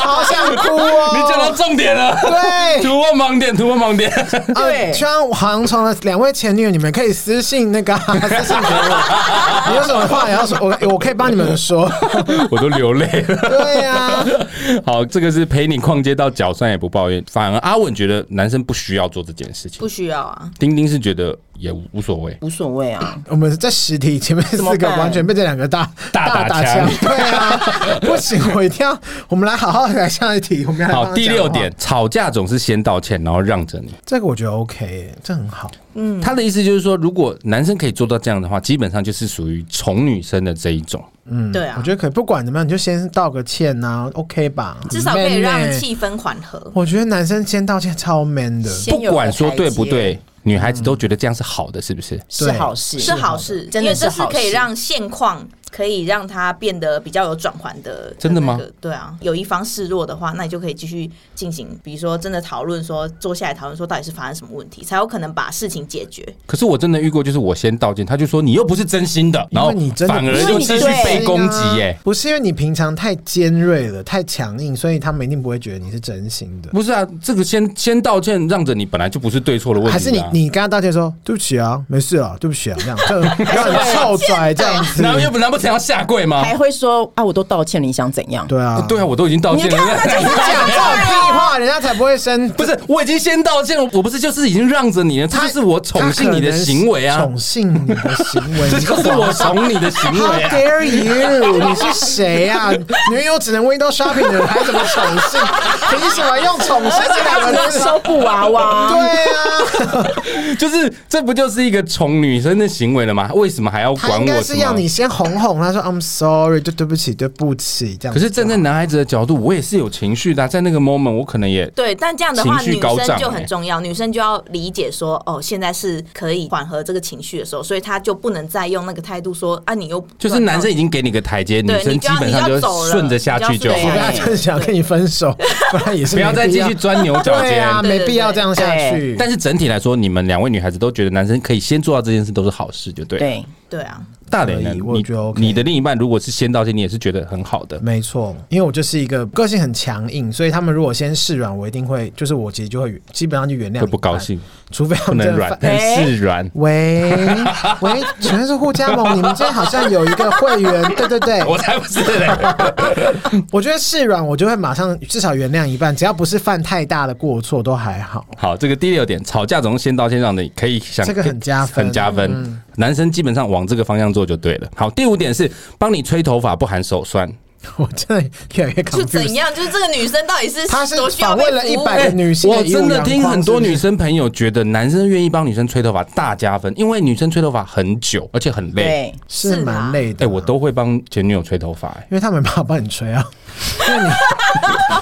好想哭哦！
你讲到重点了，
对
突破盲点，突破盲点。
对，希望航从的两位前女友，你们可以私信那个、啊、私信 给我，你有什么话也要说，我我可以帮你们说。
我都流泪了。
对呀、啊，
好，这个是陪你逛街到脚酸也不抱怨，反而阿稳觉得男生不需要做这件事情
不，需要啊。
丁丁是觉得也无无所谓。
无所谓啊，
我们在实体前面四
么
个
办
完全被这两个大
大打
打
枪
枪，对啊， 不行，我一定要，我们来好好来下一题，我们要来帮
好，
他
第
讲
六
话
点，，吵架总是先道歉，然后让着你。
这个我觉得 OK，耶这很好，
他的意思就是说，如果男生可以做到这样的话，基本上就是属于宠女生的这一种。
对啊
我觉，得可以，不管怎么样，你就先道个歉呐、o k 吧？
至少可以
很 man
让
耶
气氛缓和。
我觉得男生先道歉超 man 的，
先
不
有个
管说
台
对不
阶
对，女孩子都觉得这样是好的，是不是？
是
对
好事，
是好事，
真
因
的
为这
好事，
可以让现况可以让它变得比较有转圜的。
真的吗
那个？对啊，有一方示弱的话，那你就可以继续进行，比如说真的讨论说，坐下来讨论说到底是发生什么问题，才有可能把事情解决。
可是我真的遇过，就是我先道歉，他就说你又不是真心的，
因
然后
为你真的
反
不
而
是
就
你
继
真
续
的
啊
不
被
是
攻击耶、
不是因为你平常太尖锐了、太强硬，所以他们一定不会觉得你是真心的。
不是啊，这个先先道歉，让着你本来就不是对错的问题、啊，
还是你 你跟他道歉说对不起啊，没事啊，对不起啊，这样 就很臭拽这样 子。
难又不难不成要下跪吗？
还会说啊，我都道歉了，你想怎样？
对啊，
对啊，我都已经道歉了。
讲这种屁话，人家才不会生。
不是，我已经先道歉了，我不是就是已经让着你了，这就是我宠幸你的行为啊，
宠幸你的 行为，
这
你个
就是我宠你的行啊
How
为啊。
dare you！你是谁啊？女友只能 window shopping 的人，还怎么宠幸？凭什么用宠幸这两个
那
字？
收布娃
对
娃，
啊，
就是这不就是一个宠女生的行为了吗？为什么还要
他
管
应该
我？
是要你。先哄哄，他说 I'm sorry，就对不起，对不起这样
可
子。
是站在男孩子的角度，我也是有情绪的啊、在那个 moment，我可能也
对，但这样的话，
情绪
女
高涨
生就
欸
很重要，女生就要理解说，哦，现在是可以缓和这个情绪的时候，所以她就不能再用那个态度说啊，你又
就是男生已经给你个台阶，女
对
生
你
基
就要
本上
你
就
要走了
顺着下去就
你
好
要啊
我
顺
跟他
着下去
真想跟你分手，不然也是
不要再
没必
继续钻牛角
对
尖。
啊，没必要这样下
对
去。
但是整体来说，你们两位女孩子都觉得男生可以先做到这件事都是好事，就 对了。
对，
对啊，
大磊呢？
可以我
你
觉得 OK
你的另一半如果是先道歉，你也是觉得很好的。
没错，因为我就是一个个性很强硬，所以他们如果先示软，我一定会，就是我其实就会基本上就原谅，
会不高，兴，
除非他
不能
们真的
软
犯，
但
哎
是软。
喂喂，请问是互加盟？你们今天好像有一个会员，对对对，
我才不是嘞！
我觉得示软我就会马上至少原谅一半，只要不是犯太大的过错都还好。
好，这个第六点，吵架总是先道歉，让你可以想
这个很加分嗯
很加分。男生基本上往这个方向做就对了。好，第五点是帮你吹头发不含手酸，
我真的越来越
就怎
confused。
样？就是这个女生到底是
她是
多需要被
访问了
服务
100个哎女性
哎我
的义务
真的
阳
听
光
很
是
多
不是
女生朋友觉得男生愿意帮女生吹头发大加分，因为女生吹头发很久，而且很累。
对，
是
是
蛮
啦
累的。
哎、
啊
我都会帮前女友吹头发、哎
因为他没办法帮你吹啊， 因为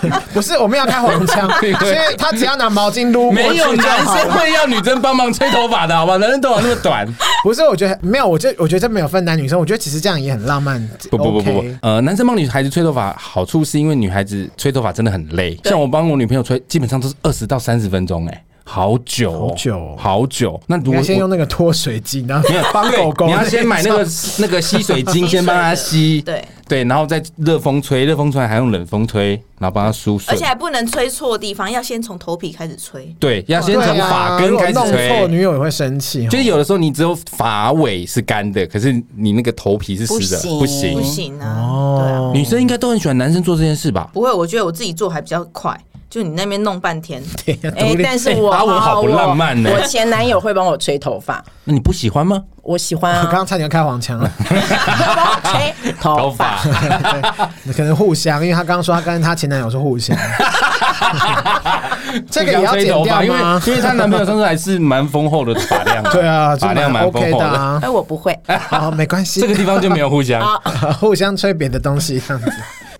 你不是我们要开黄 腔，所以他只要拿毛巾撸过
没
去
有
就
男
好
生
了。
会要女生帮忙吹头发的好吧？男生头发那么短。
不是，我觉得没有，我这我觉得这没有分男女生，我觉得其实这样也很浪漫。
不不不不
OK
不，呃，男生帮女孩子吹头发好处是因为女孩子吹头发真的很累，
对
像我帮我女朋友吹，基本上都是二十到三十分钟，哎，好久哦，
好久哦
好久。那如
你
果
要先
我
用那个脱水机，然后
没有
帮
对
狗狗，
你要先买那 个那个吸水巾，先帮它吸，
对
对，然后再热风吹，热风吹完还用冷风吹，然后帮它梳
而
顺
且。还不能吹错地方，要先从头皮开始吹。
对，要先
对
从
啊
发根
如果
开始
弄错
吹。
女友也会生气。哦
就是有的时候你只有发尾是干的，可是你那个头皮是湿的，
不行
不
行。
行啊，
哦
对啊，
女生应该都很喜欢男生做这件事吧？
不会，我觉得我自己做还比较快，就你那边弄半天，
对呀，
哎
独，立
但是我
哎阿文好不浪漫呢
我前男友会帮我吹头发，
那你不喜欢吗？
我喜欢
我 刚
啊，
刚差点要开黄腔了，
吹头发。
对可能互相，因为他刚刚说他跟他前男友是 互相， 这个也要
吹头
剪
发，
掉
因为
吗？
因为她男朋友上次还是蛮丰厚的发量，
对啊，这
发量蛮丰
OK
厚
的
的。
啊，
哎，我不会，
好，没关系，
这个地方就没有互相，
互相吹别的东西这样子。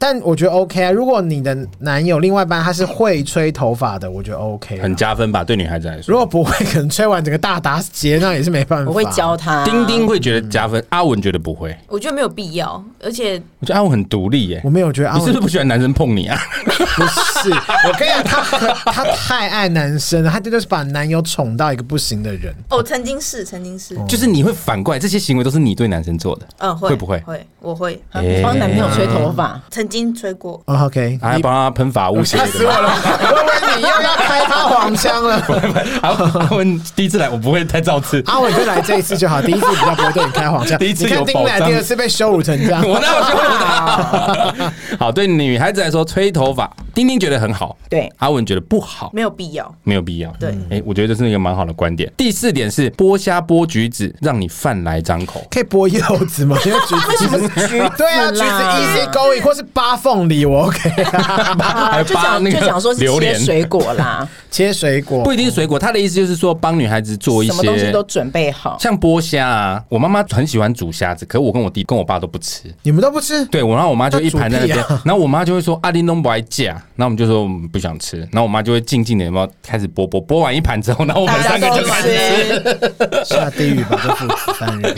但我觉得 OK 啊，如果你的男友另外一半他是会吹头发的，我觉得 OK 啊、
很加分吧？对女孩子来
如
说，
果不会，可能吹完整个大打结，那也是没办法。
我会教他。啊
丁丁会觉得加分，阿文觉得不会。
我觉得没有必要，而且
我觉得阿文很独立耶、
我没有觉得阿
你是不
文
是不喜欢男生碰你啊？
不是，我跟你讲，他他太爱男生了，他这就是把男友宠到一个不行的人。
哦，曾经是，曾经是，
就是你会反过来，这些行为都是你对男生做的，
嗯，
哦
会
会不会？
会，我会，
啊帮男朋友吹头
哎
发，
曾经吹过，
哦 OK，
还帮他喷发雾之
吓
类
死
的
我
吗。
了！我以为你又要开他黄腔了。
阿文阿文第一次来，我不会太造次。
阿伟就来这一次就好，第一次比较不会对你开黄 腔。
第一次
你看
有
丁
保
奶
障
第二次被羞辱成这样，
我那我羞辱他。 好，对女孩子来说，吹头发，丁丁觉得很好，
对，
阿文觉得不好，
没有必要。
没有必要。
对
哎、我觉得这是一个蛮好的观点。第四点是剥虾剥橘子，让你饭来张口。
可以剥柚子吗？因为橘子不是橘，对啊，橘子 easy going 或是扒凤梨，我 OK 啊。
还有
就
扒
讲
那
就
个
讲说是
榴
切
莲
水果啦，
切水果
不一定是水果，他的意思就是说帮女孩子 做一
什么东西
些
都。准备好。
像剥虾啊，我妈妈很喜欢煮虾子，可我跟我弟跟我爸都不吃。
你们都不吃，
对，我然后我妈就一盘在那边
那煮屁，
啊
然后我妈就会说阿林东不爱嫁，然后我们就说我们不想吃，然后我妈就会静静的有没有开始剥剥，剥完一盘之后，然后我们
大
三
家
个
都
就开 始吃。
吃，
下地狱吧，这父子三人。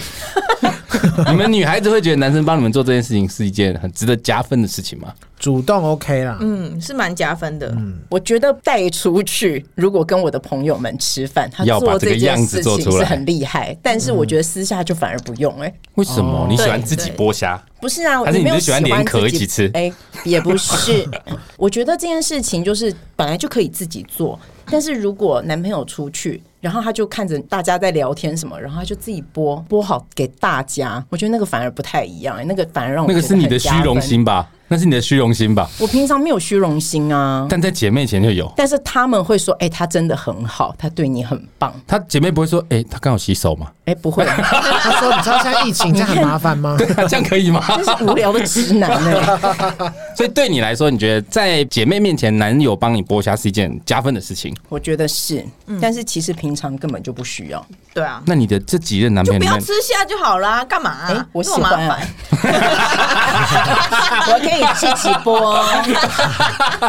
你们女孩子会觉得男生帮你们做这件事情是一件很值得加分的事情吗？
主动 OK 啦，
嗯，是蛮加分的。
嗯
我觉得带出去，如果跟我的朋友们吃饭，他
要把
做
这个
件
样子
事
做
情
出
是
来
很厉害，但是我觉得私下就反而不用哎、
为什么、你喜欢自己
对
剥虾？
不是啊，
还是
我没
哦
有
你是喜欢连壳
自己
一起吃
哎、也不是。 我觉得这件事情就是本来就可以自己做，但是如果男朋友出去，然后他就看着大家在聊天什么，然后他就自己播播好给大家，我觉得那个反而不太一样、哎，那个反而让我
那个
觉
是
得
你
很
的虚
加
荣
分。
心吧？那是你的虚荣心吧？
我平常没有虚荣心啊，
但在姐妹前就有。
但是他们会说，哎、他真的很好，他对你很棒，
她姐妹不会说，哎、她刚好洗手嘛？
哎、不会啊。
他说：“你知道现在疫情这样很麻烦吗？
这样可以吗？
真是无聊的直男欸呢、
所以对你来说，你觉得在姐妹面前，男友帮你剥虾是一件加分的事情？
我觉得是，
嗯
但是其实平常根本就不需要。
对啊，
那你的这几任男朋
就
友
不
里
要
面，
吃虾就好啦，干嘛啊、
哎我
那么
喜欢
麻 烦
我可以去直播，啊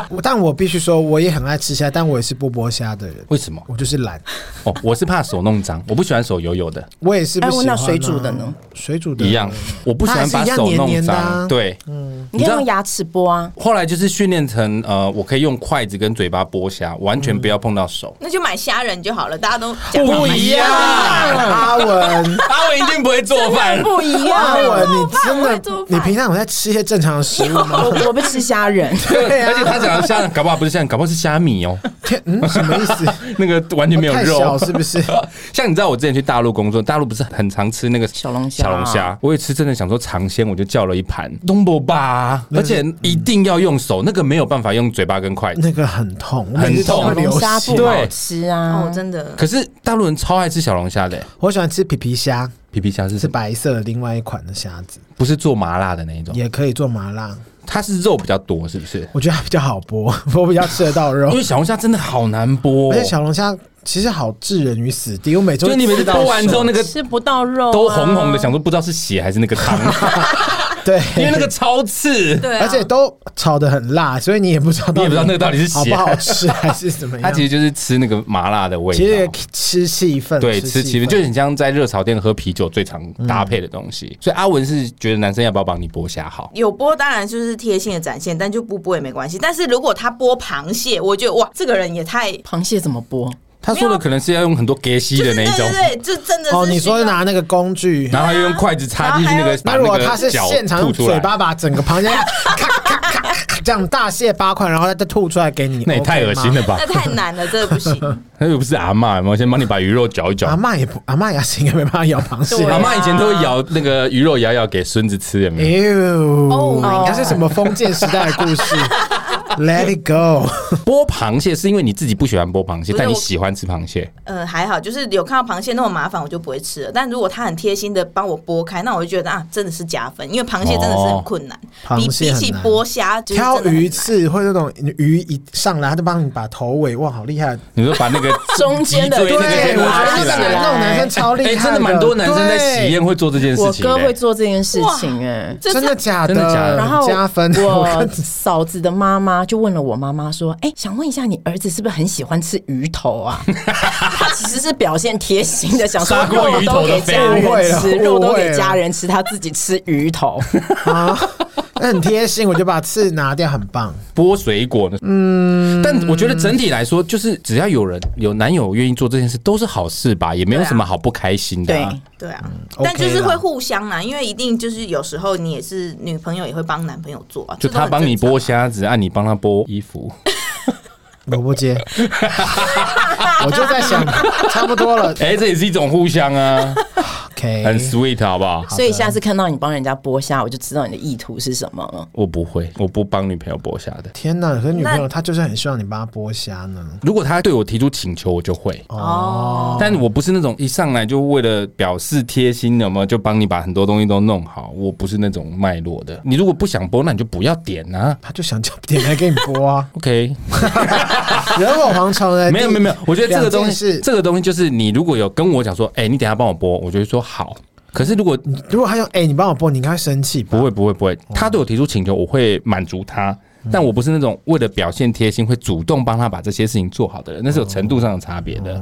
我但我必须说，我也很爱吃虾，但我也是不剥虾的人，
为什么？
我就是懒，
哦，我是怕手弄脏，我不喜欢手油油的，
我也是不喜欢、啊。
哎那水煮的呢？
水煮的
一样，我不喜欢把
嗯它还是
手
一样黏
弄
黏的
脏。
啊
对，
你可以用牙齿播啊。
后来就是训练成呃，我可以用筷子跟嘴巴剥虾，完全不要碰到手。
那就买虾仁就好了，大家都讲
不一样，
阿文。”
阿文一定不会做饭，
不一
阿
样，
文，你真
我会
的
做，
你
饭
平常有在吃一些正常的食物吗？
我我不吃虾 仁，
对啊
而且他讲的虾，搞不好不是虾，搞不好是虾米 哦，
天，嗯，什么意思？
那个完全没有
哦太
肉
小，是不是？
像你知道我之前去大陆工作，大陆不是很常吃那个
小龙虾
小龙虾，我也吃，真的想说尝鲜，我就叫了一盘东坡吧，而且一定要用手，那个没有办法用嘴巴跟筷子。
那个很痛，我
很
每次都
痛
小
会
龙
流
虾
血
不。好
对
吃啊
哦，。真的
可是大陆人超爱吃小龙虾的、
我喜欢吃皮皮虾，
皮皮虾是
是
什么？
白色的另外一款的虾子，
不是做麻辣的那一种，
也可以做麻辣，
它是肉比较多，是不是？
我觉得它比较好剥， 我比较吃得到肉
因。为小龙虾真的好难剥、
哦而且
哦，
小龙虾其实好置人于死地，我每周
就你每次剥完之后，那个
吃不到
啊
肉、
都红红的，想，说不知道是血还是那个汤，
对，
因为那个超刺。
对、啊，
而且都炒的很辣，所以你也不知道到底，
你也不知道那个到底是
好
血
不好吃还是怎么
它
样。
其实就是吃那个麻辣的味道。
哎其实也吃气氛，
对，吃气氛就很像在热炒店喝啤酒最常搭配的东西。
嗯
所以阿文是觉得男生要不要帮你剥虾好？
有播当然就是贴心的展现，但就不播也没关系。但是如果他播螃蟹，我觉得哇，这个人也太
螃蟹怎么剥？
他说的可能是要用很多 g a
就
的
是
那
对
一种，
对对，就真的是
哦，你
需
说
要
拿那个工具。
然后他又用筷子插进去那个，把
那如果
个
他是
脚
现场
吐
用
出来
嘴，巴把整个螃蟹咔咔咔咔这样大卸八块，然后再吐出来给你，
那也太恶心了
OK 吗。
吧
那？太难了，这个不行。
他又不是阿嬷，有没有先帮你把鱼肉搅一搅
阿？妈也不，阿妈牙齿应该没办法咬螃蟹。
对
阿
啊
嬷以前都会咬那个鱼肉，咬一咬给孙子吃，有没有？
哎呦
Oh my，god
那是什么封建时代的故事？ Let it go，
剥螃蟹是因为你自己不喜欢剥螃蟹，
不是
但你
我
喜欢吃螃蟹。
呃，还好，就是有看到螃蟹那么麻烦，我就不会吃了。但如果他很贴心的帮我剥开，那我就觉得啊，真的是加分，因为螃蟹真的是很困难，
哦
比
螃蟹
比
很
起
难
剥虾，就是真的
挑
很
鱼
难
刺或者那种鱼一上来，他就帮你把头尾，哇，好厉害！
你说把 那个
中间的
脊椎
对，
那个先
我觉
拉
得
起
那
来
个
来
那种男生超厉害
哎，真的蛮多男生在喜
对
宴会做这件事
我
情。
哥
哎
会做这件事
哇
情哎、
这
真的假的？
真的假的
然后
加分。
我
跟
嫂子的妈妈就问了我妈妈说：“哎、想问一下，你儿子是不是很喜欢吃鱼头啊？” 他其实是表现贴心的，想说
杀过
肉
鱼头
都
的
给
肥
家
误会
人
了
吃，
啊
肉
误
都
会
给
了
家人吃，他自己吃 鱼头。
啊， 那很贴心，我就把刺拿掉，很棒。
剥水果呢？嗯，但我觉得整体来说，就是只要有人有男友愿意做这件事，都是好事吧，也没有
对啊
什么好不开心的、啊
对。
对啊，
嗯 OK
但就是
啦
会互相啦，因为一定就是有时候你也是女朋友也会帮男朋友做啊，
就
这都
他
很
帮你
正
剥
常
虾子，啊，你帮他剥衣服，
我 不接，我就在想，差不多了。
哎、这也是一种互相啊，
OK，
很 sweet，好不好？
所以下次看到你帮人家剥虾，我就知道你的意图是什么了。
我不会，我不帮女朋友剥虾的。
天哪，可是女朋友她就是很希望你帮她剥虾呢。
如果他对我提出请求，我就会，
哦。
但我不是那种一上来就为了表示贴心，有没有就帮你把很多东西都弄好？我不是那种脉络的。你如果不想剥，那你就不要点啊。，
她就想叫点来给你剥啊
OK，
人我蝗虫的。
没有没有没有，我觉得这个东
呃两
西，
件事
这个东西就是你如果有跟我讲说，哎、你等一下帮我剥，我就会说好。可是如果
如果她用哎、你帮我剥，你应该会生气吧
不？会不会不会，他对我提出请求，我会满足他，
嗯
但我不是那种为了表现贴心会主动帮他把这些事情做好的人，那是有程度上的差别的。
哦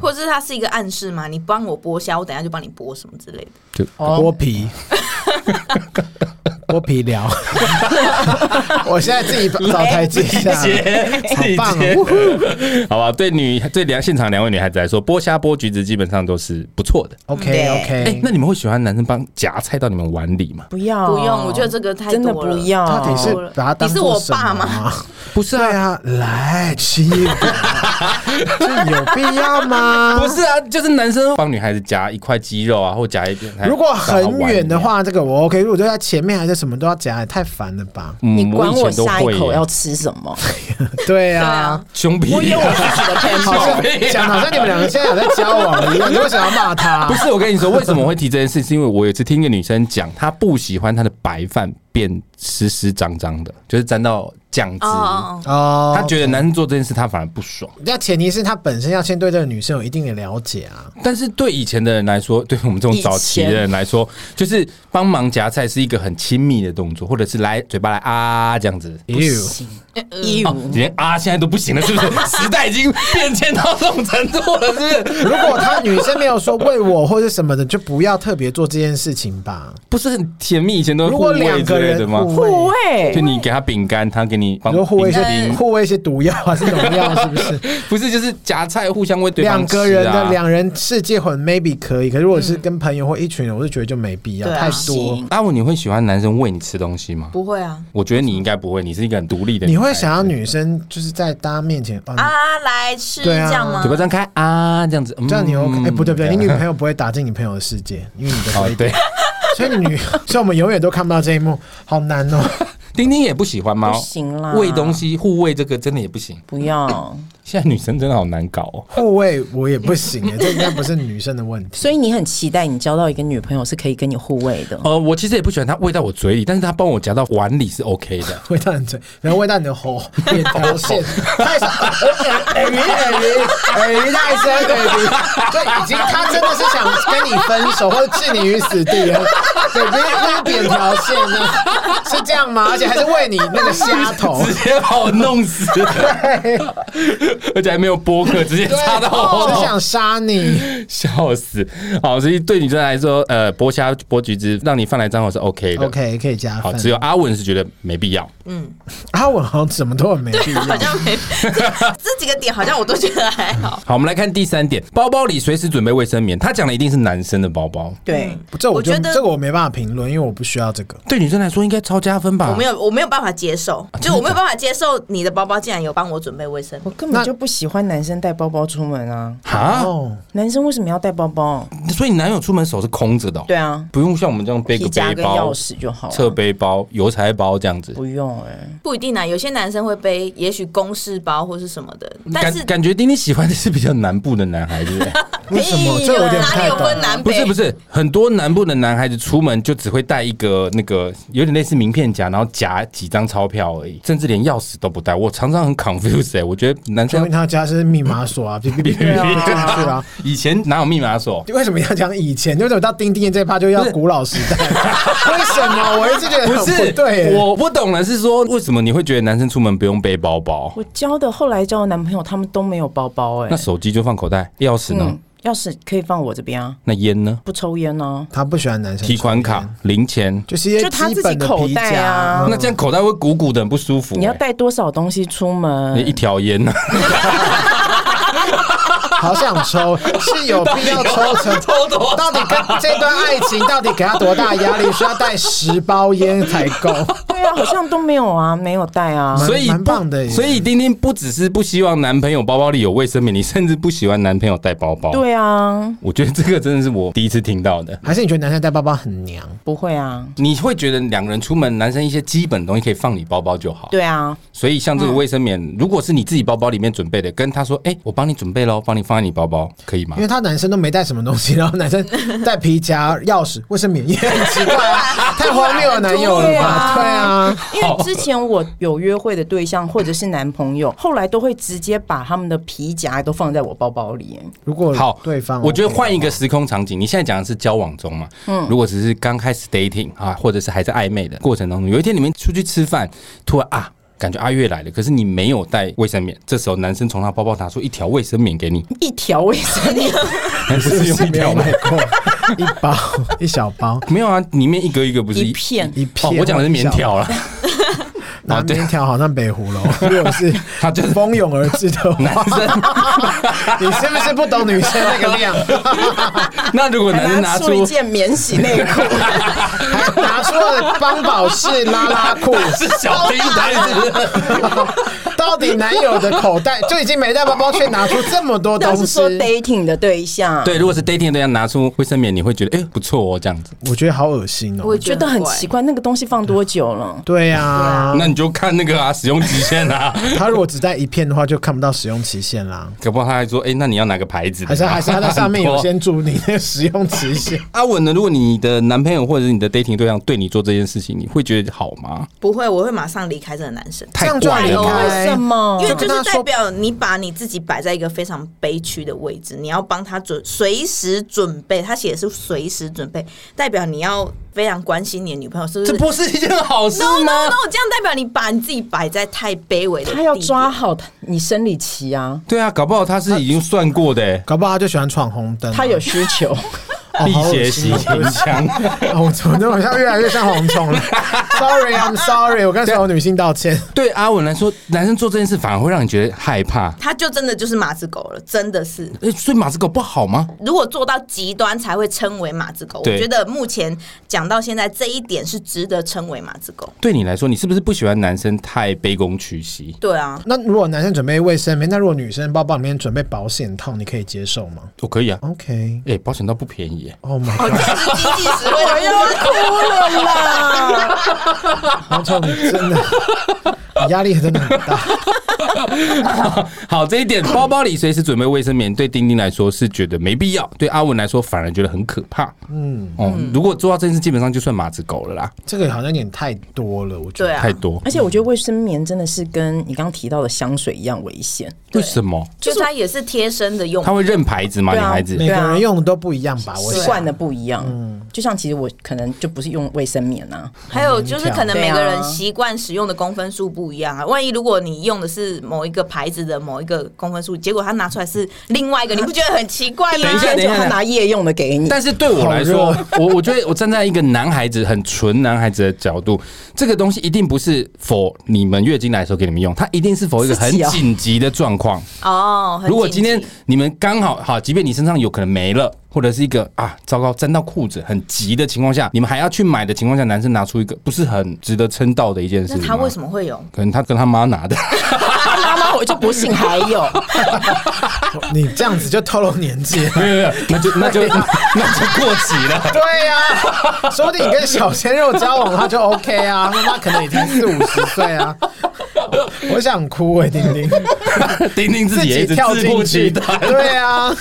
或者是它是一个暗示嘛，你帮我剥虾，我等一下就帮你剥什么之类的。
就
剥皮，剥皮聊。 我现在自己找台阶下，
自己
好棒
接
哦！呜呼
哎好吧，对女对两现场两位女孩子来说，剥虾剥橘子基本上都是不错的。
OK OK，、
哎，那你们会喜欢男生帮夹菜到你们碗里吗？
不要，啊
不用我觉得这个太
哦真的
多
不
了
要。啊
到底哦是
好了
把它当
你是
做
我
什么
爸吗
啊？
不是
对，啊，来吃一个，这有必要吗？
不是啊，就是男生帮女孩子夹一块鸡肉啊，或夹一片。
如果很远的，
哎
话，这个我 OK。如果就在前面还是什么都要夹，也太烦了 吧？
嗯
你管我
以前都
下
会
一口
耶
要吃什 么？
对
对
啊
啊，，
胸皮啊，
我 有我自己的偏
好
好。
像讲得好像你们两个现在有在交往一样，你为什么要骂他
不？是，我跟你说，为什么我会提这件事，是因为我有一次听一个女生讲，她不喜欢她的白饭变湿湿脏脏的，就是沾到酱汁。
哦哦哦，
哦，
她觉得男生做这件事，她反而不爽。
那前提是他本身要先对这个女生有一定的了解啊。
但是对以前的人来说，对我们这种早期的人来说，就是帮忙夹菜是一个很亲密的动作，或者是来嘴巴来啊这样子。
嗯 You
义
哦
务，
连啊现在都不行了，是不是？时代已经变迁到这种程度了，是 不是？
如果他女生没有说为我或者什么的，就不要特别做这件事情吧。
不是很甜蜜？以 前都是
如
护
果
卫
两
之
个
类的
人
吗？
不
卫，
会
就。你给他饼干，他给你
你
帮
说护卫一
饼干
些护卫一些毒药啊，这种药是不是？
不是，就是夹菜互相喂 对方
两
吃啊、
个人的两人世界混 maybe 可以，可是如果是跟朋友或一群人，我就觉得就没必要，
对啊
太多
行。
阿文，你会喜欢男生喂你吃东西吗？
不会啊
我觉得你应该不会，你是一个很独立的女
你
孩子。
会想要女生就是在大家面前，啊，
啊，来吃这
对啊
样吗
嘴？巴张开啊，这样子，嗯啊
这样你 OK？哎，不对不对，你女朋友不会打进你朋友的世界，因为你 的
哦
规定，
对，
所以女，所以我们永远都看不到这一幕，好难哦。
丁丁也不喜欢吗？
不行啊啦
喂东西护卫这个真的也不行。
不要，
现在女生真的好难搞哦。
护卫我也不行哎，这应该不是女生的问题。
所以你很期待你交到一个女朋友是可以跟你互喂的。
呃，我其实也不喜欢他喂到我嘴里，但是他帮我夹到碗里是 OK 的。
味道很重，然后味道你的喉扁桃腺太少，耳鱼耳鱼耳鱼太深，耳鱼，就已经他真的是想跟你分手或者置你于死地了，对，不是不是扁桃腺呢，是这样吗？而且还是为你那个虾头
直，接把我弄 死， 而且还没有剥壳，直接
对，哦
插到我喉
只
咙。
想杀你。
笑死！好，所以对女生来说，呃，剥虾、剥橘子，让你饭来张口是 OK 的。
OK，可以加
好，只
分。
有阿文是觉得没必要。
阿文好像什么都很没必要，
好像没 这这几个点，好像我都觉得还好。
好，我们来看第三点，包包里随时准备卫生棉。他讲的一定是男生的包包，
对，
这我就
我觉得
这个我没办法评论，因为我不需要这个。
对女生来说应该超加分吧？
我没有，我没有办法接受，就我没有办法接受你的包包竟然有帮我准备卫生
我
棉。
根本就不喜欢男生带包包出门啊！
啊，
哦，
男生为什么要带包包？
所以你男友出门手是空着的、哦，
对，啊，
不用像我们这样背个
皮夹
背
跟钥
包、
匙就好
侧
了，
背包、邮差包这样子，
不用哎。
不一定啊，有些男生会背，也许公事包或是什么的，但
感
是
感觉丁丁喜欢的是比较南部的男孩子，对不对
为什么？这有点不
哪
太
里有
懂。
分南
不
北？
是不是，很多南部的男孩子出门就只会带一个那个有点类似名片夹，然后夹几张钞票而已，甚至连钥匙都不带。我常常很 confused 哎、我觉得男
说
生
明他家是密码锁啊，哔哔哔哔哔进 去啊。
以前哪有密码 锁？
为什么要讲以前？为什么到丁丁这一趴就要古老时 代？为什么？我一直觉得
不
很
是，
对耶，
我不懂的是说，为什么你会觉得男生出门不用背包包？
我交的后来交的男朋友他们都没有包包哎
那，手机就放口袋，钥匙呢？
嗯，钥匙可以放我这边啊，
那烟呢？
不抽烟哦。
他不喜欢男生
提款
抽
卡
烟，、
零钱，
就是一些
就他
基本的
自己口
皮
袋
夹
啊
嗯
那这样口袋会鼓鼓的，很不舒服、
你要
欸
带嗯多少东西出
你一
门？
条烟呢？
好想抽， 是有必要抽成
多
到底跟这段爱情到底给他多大压力？需要带十包烟才 够？
对啊，好像都没有啊，没有带啊。
蛮
所以
蛮
不
棒的耶
所以丁丁不只是不希望男朋友包包里有卫生棉，你甚至不喜欢男朋友带包包。，
对啊，
我觉得这个真的是我第一次听到的。
还是你觉得男生带包包很娘？
不会啊，
你会觉得两个人出门，男生一些基本东西可以放你包包就好。
对嗯啊，
所以像这个卫生棉，如果是你自己包包里面准备的，跟他说：“哎、我帮你准备喽，帮你放在你包包，可以吗
因为他男生都没带什么东西，然后男生带皮夹、钥匙、卫生棉也很奇怪 啊，太荒谬了，男友了吧？对
对
啊，
因为之前我有约会的对象或者是男 朋友，后来都会直接把他们的皮夹都放在我包包里。
如果？”
好，
对方，
我觉得换一个时空场景，你现在讲的是交往中嘛？嗯，如果只是刚开始 dating 啊，或者是还在暧昧的过程当中，有一天你们出去吃饭，突然啊，感觉阿月来了，可是你没有带卫生棉，这时候男生从他包包拿出一条卫生棉给 你，
一条卫 生棉，
不
是
是
不
用
是
一
没有
条吗？
买过一包一小包
没有啊，里面一格一格不是
一片
一
哦
片，，
我讲的是棉，条了，
拿
哦对
棉条好像北湖喽。如果是
他就是
蜂拥而至的
男
话，
生。
你是不是不懂女生那个量？
那如果男
还
生拿
拿
出
出一件免洗内 裤，
还拿出了邦宝适拉拉裤，
是小兵台子，
到底男友的口袋就已经没带包包，却拿出这么多
要
东
是
西
说？dating 的对象，
对，如果是 dating 对象拿出卫生棉，你会觉得哎、不错哦这样子，
我觉得好恶心
我
哦
也。
觉得很
怪
奇怪，那个东西放多久了？
对啊，
那你就看那个啊使用期限啊，
他如果只带一片的话，就看不到使用期限啦。
搞不好他还说哎、那你要哪个牌子的啊？
还是还是他在上面有
很多
先注你的使用期限，
阿文呢？如果你的男朋友或者是你的 dating 对象对你做这件事情，你会觉得好吗？
不会，我会马上离开这个男生。
这
太
样就要
怪
离
了吧。
太
为
开
什？么
因？为
就跟
就
他
是代
说
表你把你自己摆在一个非常悲屈的位置，你要帮他准随时准备，他写的是随时准备，代表你要非常关心你的女朋友，是不是
这不是一件好事
no,
吗？
no, 这样代表你把你自己摆在太卑微的地
他
位。
要抓好你生理期啊，
对啊，搞不好他是已经算过的、欸，
搞不好他就喜欢闯红灯啊。
他有需 求。
哦
辟
好恶
邪
心
习
哦
秦腔。
啊我怎么都好像越来越像蝗虫了？Sorry，I'm sorry，我跟所有女性道歉。
对阿文来说，男生做这件事反而会让你觉得害怕。
他就真的就是马子狗了，真的是。
哎、所以马子狗不好吗？
如果做到极端才会称为马子狗，我
对
觉得目前讲到现在这一点是值得称为马子狗。
对你来说，你是不是不喜欢男生太卑躬屈膝？
对啊，
那如果男生准备卫生棉，那如果女生包包里面准备保险套，你可以接受吗
我可以啊，
？OK，
哎、保险套不便宜、欸，
Oh my god，
哦，这是经济实惠的部分
蝗虫你真的，你压力真的很大。
好，这一点包包里随时准备卫生棉，对丁丁来说是觉得没必要，对阿文来说反而觉得很可怕。嗯，哦，如果做到这件事，基本上就算马子狗了啦，
这个好像有点太多了，我觉
对
得。
啊
太，多。
而且我觉得卫生棉真的是跟你刚刚提到的香水一样危险。
为什么？
就是它也是贴身的用
他。会认牌子吗？女
对啊
孩子
每个
对啊
人用的都不一样吧？我
习
想
惯的不一样。
嗯
就像其实我可能就不是用卫生棉啊，
还有就是，可能
对
每
啊
个人习惯使用的公分数不一样啊。万一如果你用的是某一个牌子的某一个公分数，结果他拿出来是另外一个，你不觉得很奇怪吗？
等一下
就他拿夜用的给你，
但是对我来说，我我觉得我站在一个男孩子很纯男孩子的角度，这个东西一定不是否你们月经来的时候给你们用，它一定是否一个很
自己哦
紧急的状况。
哦，很
如果
紧
今
急
天你们刚好好，即便你身上有可能没了，或者是一个啊糟糕沾到裤子很急的情况下，你们还要去买的情况下，男生拿出一个不是很值得称道的一件事
那
情吗。
他为什么会有？
可能他跟他妈拿的，
他妈妈我就不信还有，
你这样子就透露年纪了。
没有没 有，那就那就那就过期了。
对呀、说不定你跟小鲜肉交往，他就 OK 啊，妈妈可能已经四五十岁啊。我想哭哎、丁丁，
丁丁自己也一直
跳
自不
进去，
其短。
对 啊，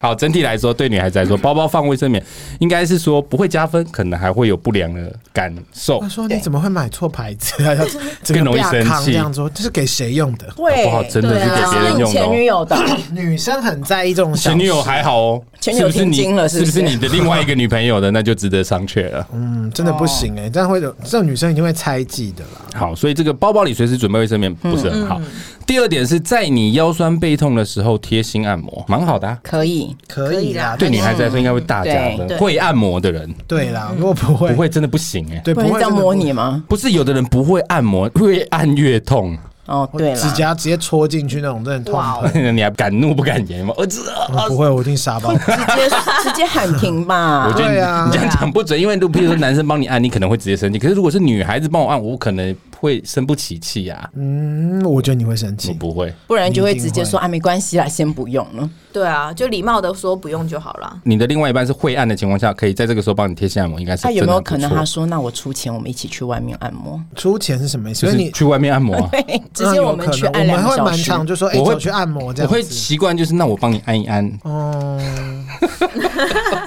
好，整体来说，对女孩子来说，包包放卫生棉应该是说不会加分，可能还会有不良的感受
他。说你怎么会买错牌子 啊？这
更容易生气
这样说，这是给谁用的？
会
不好真的是
对啊
给别人用的哦
是你前女友的，
女生很在意这种小
前女友还好哦，
前女友
是不是你
听经了
是
是不
不
是
是你的另外一个女朋友 的，那就值得商榷了。
嗯，真的不行哎、这样会有这种女生一定会猜忌的啦。
好，所以这个包包里随时准备卫生棉
嗯
不是很好。第二点是在你腰酸背痛的时候贴心按摩，蛮好的、啊。
可以，
可
以啦
以啦，
对女孩子来说应该会大加
对
分，
对
会按摩的人
对啦，如果不会
不会真的不行哎、
对
嗯不
不
然
会
这样摸你吗？
不是有的人不会按摩，越按越痛。
哦，
真的不会，
对
我指
了，
甲直接戳进去那种，真的痛。
哇哦，
你还敢怒不敢言吗？我知道。
我 不会，我一定 杀爆你。
直接直接喊 停
我
吧
觉。得你,、
对啊
你这样讲不准，因为如比如说男生帮你按，你可能会直接生气；可是如果是女孩子帮我按，我可能会生不起气呀、啊。
嗯，我觉得你会生
我
气。
不会。
不然就会直接说啊，没关系啦，先不用了。
对啊，就礼貌的说不用就好了。
你的另外一半是会按的情况下，可以在这个时候帮你贴心按摩，应该是
他有
真
没
的
有
很不
可能
错
他说，那我出钱，我们一起去外面按摩？
出钱是什么意思？
就
所以
是
你
去外面按摩、 啊？
对，直接我们去按两
我们
个
会
小
蛮
时。
常就说，哎，
我会
走去按摩这
我
样
会
子。
习惯就是那我帮你按一按。
哦，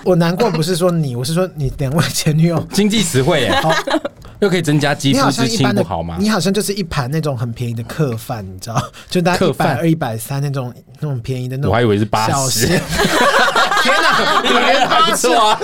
我难过不是说你，我是说你两位前女友，
经济实惠耶、又可以增加肌
哦你
肤
好
之
像一
亲，
般
不
的
好吗？
你好像就是一盘那种很便宜的客饭，你知道，就大概
客
一百
饭
二、一百三那种那种便宜的那种。
我还以为是80
小时天哪，
你们还不错啊，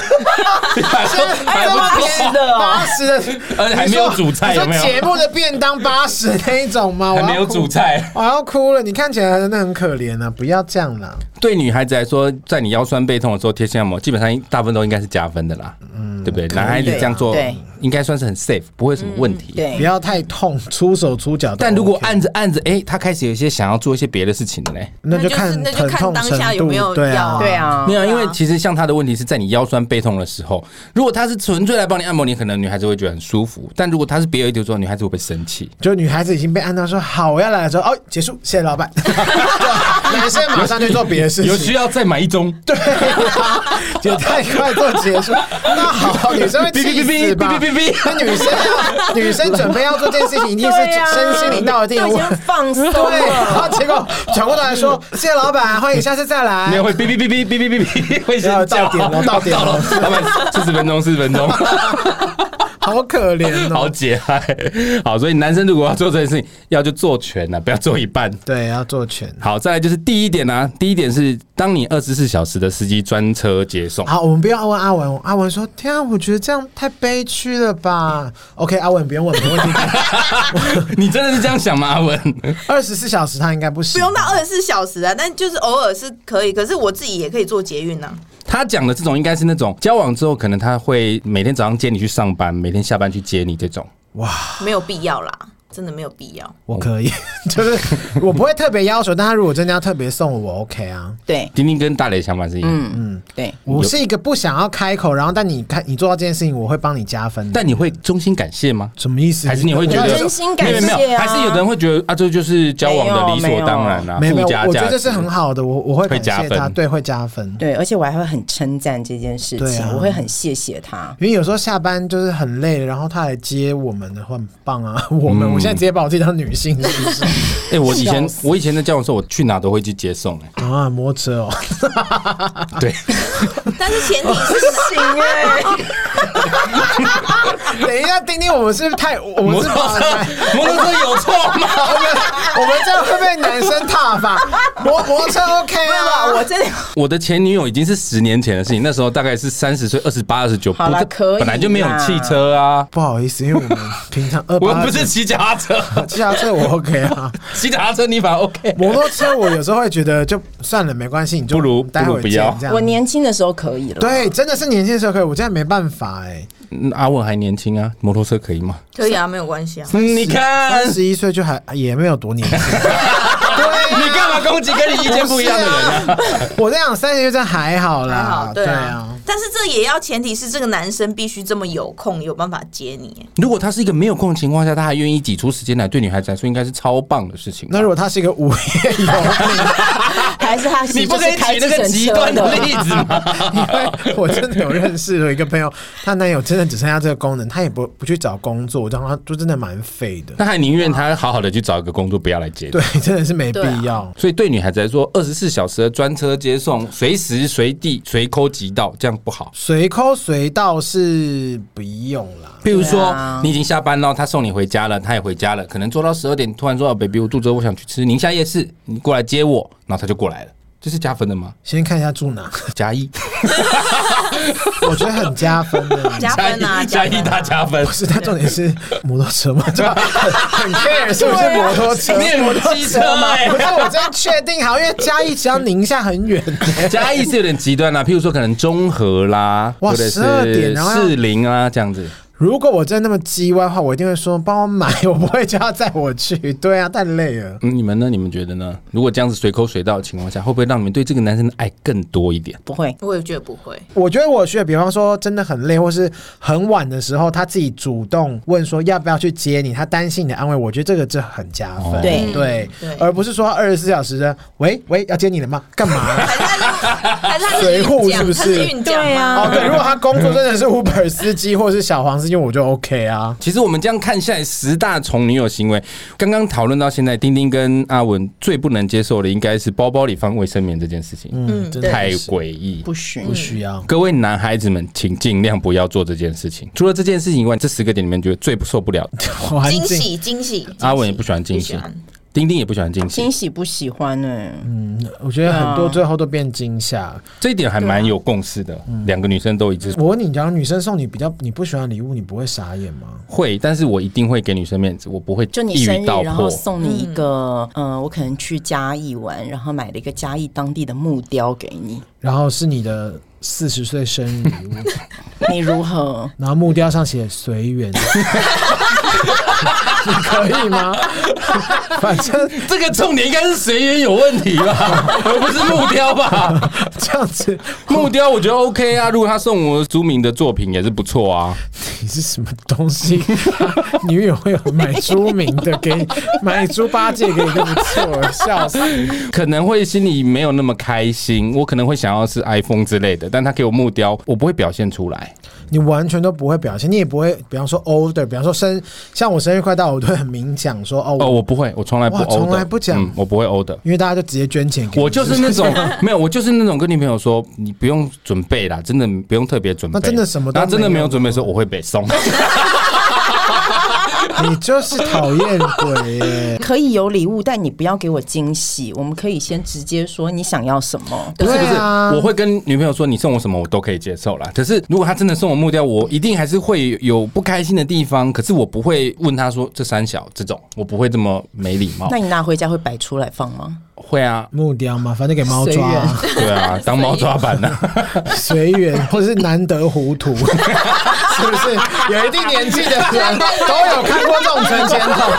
哎
还不 还不
么
错啊
便宜的哦
八十的，
而且还没有主菜
你说
有没有
节目啊的便当八十那一种吗？我
还
要
没有
哭
主。菜。
我要哭了，你看起来真的很可怜啊！不要这样啦，
对女孩子来说，在你腰酸背痛的时候贴心按摩，基本上大部分都应该是加分的啦，
嗯
对不对？男孩子这样做
对
应该算是很 safe，不会有什么问题。
对
不，要太痛，出手出脚都 OK。
但如果按着按着，哎，他开始有一些想要做一些别的事情了嘞。
那就
那就是
看
那就
疼
看
痛
当
程
下有
度
没有
对啊，
要啊
对，啊
没，有啊，
对啊
因为其实像他的问题是在你腰酸背痛的时候，如果他是纯粹来帮你按摩，你可能女孩子会觉得很舒服；但如果他是别有一丢之后，女孩子会不会生气？
就女孩子已经被按到说好我要来的时候，哦，结束，谢谢老板。 男生马上去做别的事
有需
情，
要再买一盅？对，
也太快做结束。那好，女生 会
哔
气
哔
死
哔哔
吧
哔？哔哔。
那女生要女生准备要做这件事情，一定是
对啊
身心灵到了一定的
都已
问
经放松
对， 然
了
后。结果转过头来说：“谢谢老板，欢迎下次再 来。”
没有会哔哔哔哔哔哔哔哔，会先
要
叫
到点了到点了
老板四十分钟，四十分钟，
好可怜
好
哦。
解嗨。好，所以男生如果要做这件事情，要就做全了、不要做一半。
对，要做全。
好，再来就是第一点啊，第一点是当你二十四小时的司机专车接送，
好，我们不要问阿文。阿文说：“天啊，我觉得这样太悲屈了吧。”OK，阿文不用问，没问 题。
你真的是这样想吗？阿文，
二十四小时他应该不行，
不用到二十四小时啊，但就是偶尔是可以。可是我自己也可以做捷运呢、啊
他讲的这种应该是那种交往之后，可能他会每天早上接你去上班，每天下班去接你这种。
没有必要啦，真的没有必要。
我可以， 就是我不会特别要求，但他如果真的要特别送我我，OK 啊。
对，
丁丁跟大雷的想法是一样的，
嗯，对，
我是一个不想要开口，然后但你看你做到这件事情，我会帮你加分的。
但你会衷心感谢吗？
什么意思？
还是你会觉
我
得
要真心感谢啊
没有没有，还是有的人会觉得啊，这就是交往的理所当然啊，
没有没有
附加？价值
我觉得这是很好的，我我会
会
感谢
加
他，
分
对，会加分。
对，而且我还会很称赞这件事
对
情，
啊
我会很谢谢他。
因为有时候下班就是很累了，然后他来接我们的话，很棒啊！ 我们、我现在直接把我自己当女性是不是
哎、我以前
笑死
我以前在交往的时候，我去哪都会去接送、哎，
啊？摩托车哦，
对，
但是前提是，
行哎，
等一下，丁丁，我们是不是太我们
摩
是
托
把
车摩托车有错吗？
我们我们这样会被男生踏吧？摩摩托车 OK 啊，
我 真的
我的前女友已经是十年前的事情，那时候大概是三十岁，二十八、二十九，
好啦
不
可以
本来就没有
啦
汽车啊，
不好意思，因为我们平常二
我又
八
不是骑脚踏车，
骑脚踏车，我 OK 啊。
骑脚踏车你反而 OK。
摩托车我有时候会觉得就算了，没关系，你就
不如
待会儿
不如不要
见这样
我年轻的时候可以了，
对，真的是年轻的时候可以，我现在没办法哎、
嗯阿文还年轻啊，摩托车可以吗？
可以啊，没有关系啊。
嗯你看
三十一岁就还也没有多年轻。对啊、
你干干嘛攻击跟你意见不一样的人啊？
我在想三十就真的还好
还
啦
好，，
对
啊
啊，。
但是这也要前提是这个男生必须这么有空，有办法接你。
如果他是一个没有空的情况下，他还愿意挤出时间来，对女孩子来说应该是超棒的事情吧。
那如果他是一个午夜游民，
还是他
你不可以举
开
那个极端的例子吗？
因为我真的有认识了一个朋友，她男友真的只剩下这个功能，他也不不去找工作，让他就真的蛮废的。
那还宁愿 他好好的去找一个工作，不要来接你
对。，真的是没必
对啊
要。
所以对女孩子来说，二十四小时的专车接送，随时随地随抠即到，这样不好。
随抠随到是不用啦，
譬如
对
说，
啊
你已经下班了，他送你回家了，他也回家了，可能做到十二点，突然说、啊、：“baby，我肚子饿，我想去吃宁夏夜市，你过来接我。”然后他就过来了，这是加分的吗？
先看一下 住哪，
加一，
我觉得很加分的。
加分啊，
加一
分啊
大加分
不。是，他重点是摩托 车嘛，就很很
啊
care 是不是摩托 车？
你也啊摩托车哎
不是，我真的确定好，因为嘉义只要宁夏很远、
加一是有点极端啊啦，譬如说可能中和啦，
哇
或者
12点
是
然后要
士林啊这样子。
如果我真的那么叽歪的话，我一定会说帮我买，我不会叫他载我去。对啊，太累了。
嗯你们呢？你们觉得呢？如果这样子随口随到的情况下，会不会让你们对这个男生的爱更多一点？
不会，
我也觉得不 会。
我觉得我学，比方说真的很累，或是很晚的时候，他自己主动问说要不要去接你，他担心你的安慰，我觉得这个这很加分，
哦
对
对
对
而不是说二十四小时的喂喂要接你了吗？干嘛、
还是他是还是他是
随
运
护是
将，
不
他
是
是运将
对啊
吗？
哦，对，如果他工作真的是 Uber 司机或者是小黄司机，我就 OK 啊。
其实我们这样看下来，十大宠女友行为，刚刚讨论到现在，丁丁跟阿文最不能接受的应该是包包里放卫生棉这件事情，
嗯，真的
太
是
诡异。
不许
不需要。
各位男孩子们，请尽量不要做这件事情。除了这件事情以外，这十个点里面觉得最不受不了，
环
惊
境
喜惊喜，惊喜
阿文也不喜欢惊喜
不喜欢
丁丁也不喜欢惊喜
惊，喜不喜欢呢、
我觉得很多最后都变惊吓。
这一点还蛮有共识的。两个女生都一致
我问你，假如女生送你比较你不喜欢的礼物，你不会傻眼吗？
会，但是我一定会给女生面子，我不会
就你
一
生
语
日，
道
然后
破。
送你一个，呃，我可能去嘉义玩，然后买了一个嘉义当地的木雕给你，
然后是你的四十岁生日礼物，
你如何？！
然后木雕上写“随缘”， 你可以吗？ 反正
这个重点应该是随缘有问题吧， 而不是木雕吧？
这样子，
木雕我觉得 OK 啊，如果他送我朱明的作品也是不错啊。
你是什么东西？女友会有买朱明的给你，买猪八戒给你，都不错，笑死！
可能会心里没有那么开心，我可能会想要是 iPhone 之类的，但他给我木雕，我不会表现出来。
你完全都不会表现，你也不会，比方说 order，比方说生，像我生日快到，我都会很明讲说哦，
哦，
我
我不会，我从来不
哇
order，
从来不讲
嗯我不会 order。
因为大家就直接捐钱给你
我就是那 种没有，我就是那种跟女朋友说，你不用准备啦，真的不用特别准备。
那真的什么都
然后真的
没
没
有
有准备的时候，我会被送。
你就是 讨厌鬼耶
可以有礼物，但你不要给我惊喜。我们可以先直接说你想要什么。
不是不是
对，啊
我会跟女朋友说，你送我什么我都可以接受啦。可是如果她真的送我木雕，我一定还是会有不开心的地方。可是我不会问她说这三小这种，我不会这么没礼貌
那。你拿回家会摆出来放吗？
会啊，
木雕嘛，反正给猫
随
抓
缘
啊，
对 啊，当猫抓板呢、
随缘，或者是难得糊涂， 是不是？有一定年纪的人都有看过这种存 钱筒，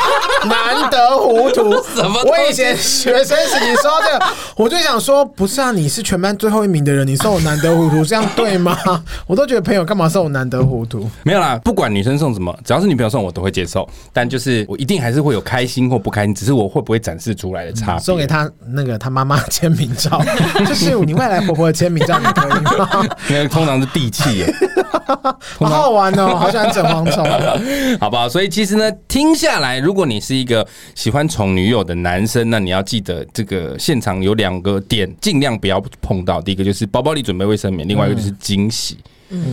难得糊涂。
什么东西
我以前学生时期说到这个，我就想说，不是啊，你是全班最后一名的人，你送我难得糊涂，这样对吗？ 我都觉得朋友干嘛送我难得 糊涂？
没有啦，不管女生送什么，只要是女朋友送我都会接受，但就是我一定还是会有开心或不开心，只是我会不会展示出来的差别。啊
嗯送给他那个他妈妈签名照，就是你未来婆婆的签名照，你 可以吗？
因为通常是地气耶，
好好玩哦，好喜欢整蝗虫。
好不好？所以其实呢，听下来，如果你是一个喜欢宠女友的男生，那你要记得这个现场有两个点，尽量不要碰到。第一个就是包包里准备卫生棉，另外一个就是惊喜。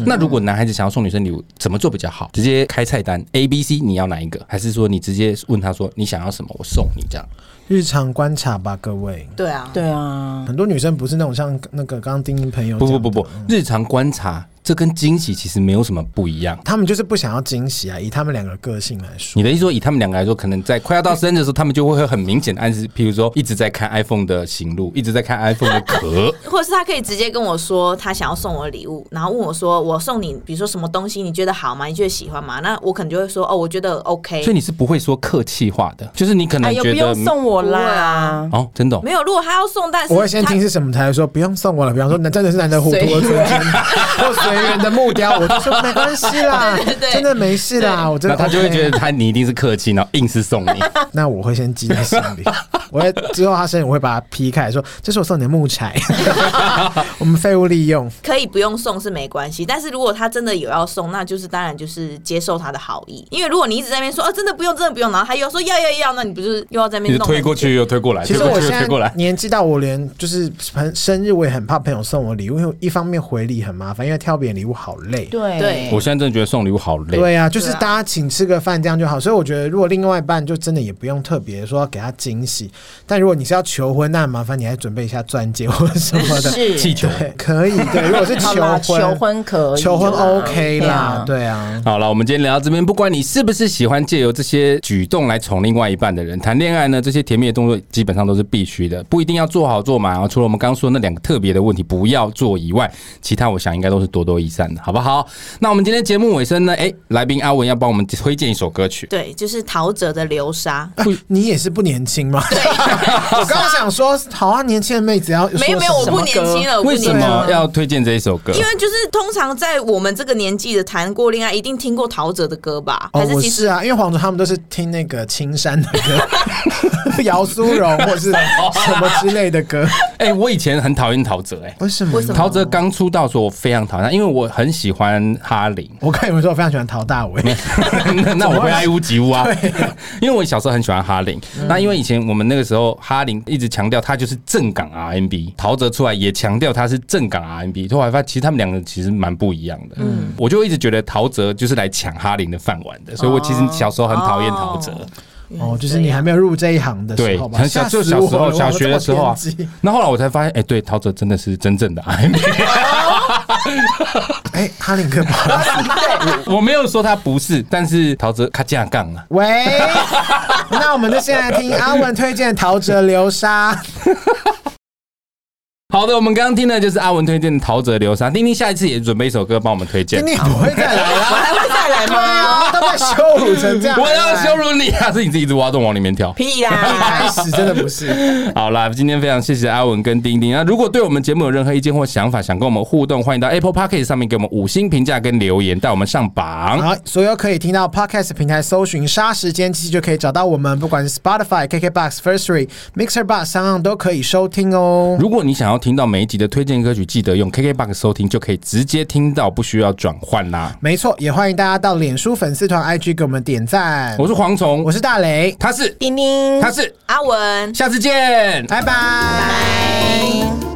那如果男孩子想要送女生礼物，怎么做比较好？直接开菜单 A、B、C，你要哪一个？还是说你直接问他说你想要什么，我送你这样？
日常观察吧，各位。
对啊，
对啊，
很多女生不是那种像那个刚刚丁丁朋友
不不
讲的
不不，日常观察这跟惊喜其实没有什么不一样。
他们就是不想要惊喜啊。以他们两个个性来说
你，的意思说，以他们两个来说，可能在快要到生日的时候，他们就会很明显的暗示，譬如说一直在看 iPhone 的行路，一直在看 iPhone 的壳，
或者是他可以直接跟我说他想要送我的礼物，然后问我说我送你，比如说什么东西，你觉得好吗？你觉得喜欢吗？那我可能就会说哦，我觉得 OK
所以。你是不会说客气话的，就是你可能
哎呦，不
觉得
用送我
不会
啦
啊，
哦，真的哦、
没有，如果他要送，但是
我会先
他
听是什么才说不用送我了。比方说，那真的是难得糊涂的
随缘
瞬间，或随缘的木雕，我就说没关系 啦，
对
真的没事啦，我真
那
的
他就会
OK
觉得他你一定是客气，然后硬是送你。
那我会先记在心 里，我会之后他生日我会把它劈开，说这是我送你的木柴， 我们废物利用。
可以不用送是没关系，但是如果他真的有要送，那就是当然就是接受他的好意，因为如果你一直在那边说哦真的不用真的不用，然后他又说要要要，那你不是又要在那
你
边
就
弄
推过去又推过来，
其
推
实
过
我
去
现
又推过
在
来。
年纪到，我连就是朋生日我也很怕朋友送我礼物，因为一方面回礼很麻烦，因为挑别人礼物好累。
对
对
我现在真的觉得送礼物好累。
对啊，就是
对啊
大家请吃个饭这样就好。所以我觉得，如果另外一半就真的也不用特别说要给他惊喜，但如果你是要求婚，那麻烦你还准备一下钻戒或者什么的。
是
气球。
对，可以。对，如果是
好
求
啦
婚，
求婚
啊
可以，
求婚
嗯
OK
对
啦
啊，
对啊。
好了，我们今天聊到这边。不管你是不是喜欢借由这些举动来宠另外一半的人，谈恋爱呢，这些甜蜜的动作基本上都是必须的，不一定要做好做满啊。除了我们刚刚说的那两个特别的问题不要做以外，其他我想应该都是多多益善的，好不好？那我们今天节目尾声呢，哎、来宾阿文要帮我们推荐一首歌曲。
对，就是陶喆的《流 沙》。
你也是不年轻吗？ 我刚刚想说，好啊，年轻的妹子要说
没有没有，我
什
不
么
年轻了，我不
为
年
什
轻了
么要推荐这一首歌？
因为就是通常在我们这个年纪的谈过恋爱，一定听过陶喆的歌吧？
哦
还，是
我
其
是
实
啊，因为黄总他们都是听那个青山的 歌，姚苏荣或是什么之类的歌，
哎、我以前很讨厌陶喆、哎。
为什么？
为什么
陶喆刚出道的时候，我非常讨厌他，因为我很喜欢哈林，
我看你们说，我非常喜欢陶大伟，
那那我会爱屋及乌啊，因为我小时候很喜欢哈林。那因为以前我们那个时候，哈林一直强调他就是正港 RMB，陶喆出来也强调他是正港 RMB。后来发现其实他们两个其实蛮不一样的。嗯，我就一直觉得陶喆就是来抢哈林的饭碗的，所以我其实小时候很讨厌陶喆。
哦
哦，就是你还没有入这一行的
对
时候，吧？
很小
吓
就
死
小时
我
候
了
小学的时候啊
我这么偏激，
那后来我才发现，哎、对，陶喆真的是真正的 RMB。
哎，哈林 哥不好意思，
我没有说他不是，但是陶喆他这样杠啊。
喂，那我们就先来听阿文推荐陶喆《流沙》。
好的，我们刚刚听的就是阿文推荐的陶喆《流沙》，丁丁下一次也准备一首歌帮我们推荐。
你不会再来
我
了，
还会再来 吗？
他把羞辱成这样，
我要羞辱你啊！是你自己一直挖洞往里面 跳。
屁
一开
啦！
始真的不是。
好啦，今天非常谢谢阿文跟丁丁。那如果对我们节目有任何意见或想法，想跟我们互动，欢迎到 Apple p o c k e t 上面给我们五星评价跟留言，带我们上榜。
好，所有可以听到 podcast 平台搜寻“杀时间机”就可以找到我们，不管是 Spotify、KKBox、Firstory、Mixer Box 上岸都可以收听哦。
如果你想要听到每一集的推荐歌曲，记得用 KKBox 收听，就可以直接听到，不需要转换啦。
没错，也欢迎大家到脸书粉丝团、IG 给我们点赞。
我是蝗虫，
嗯我是大雷，
他是
丁丁
他，是，
阿文，
下次见。
拜拜。
拜。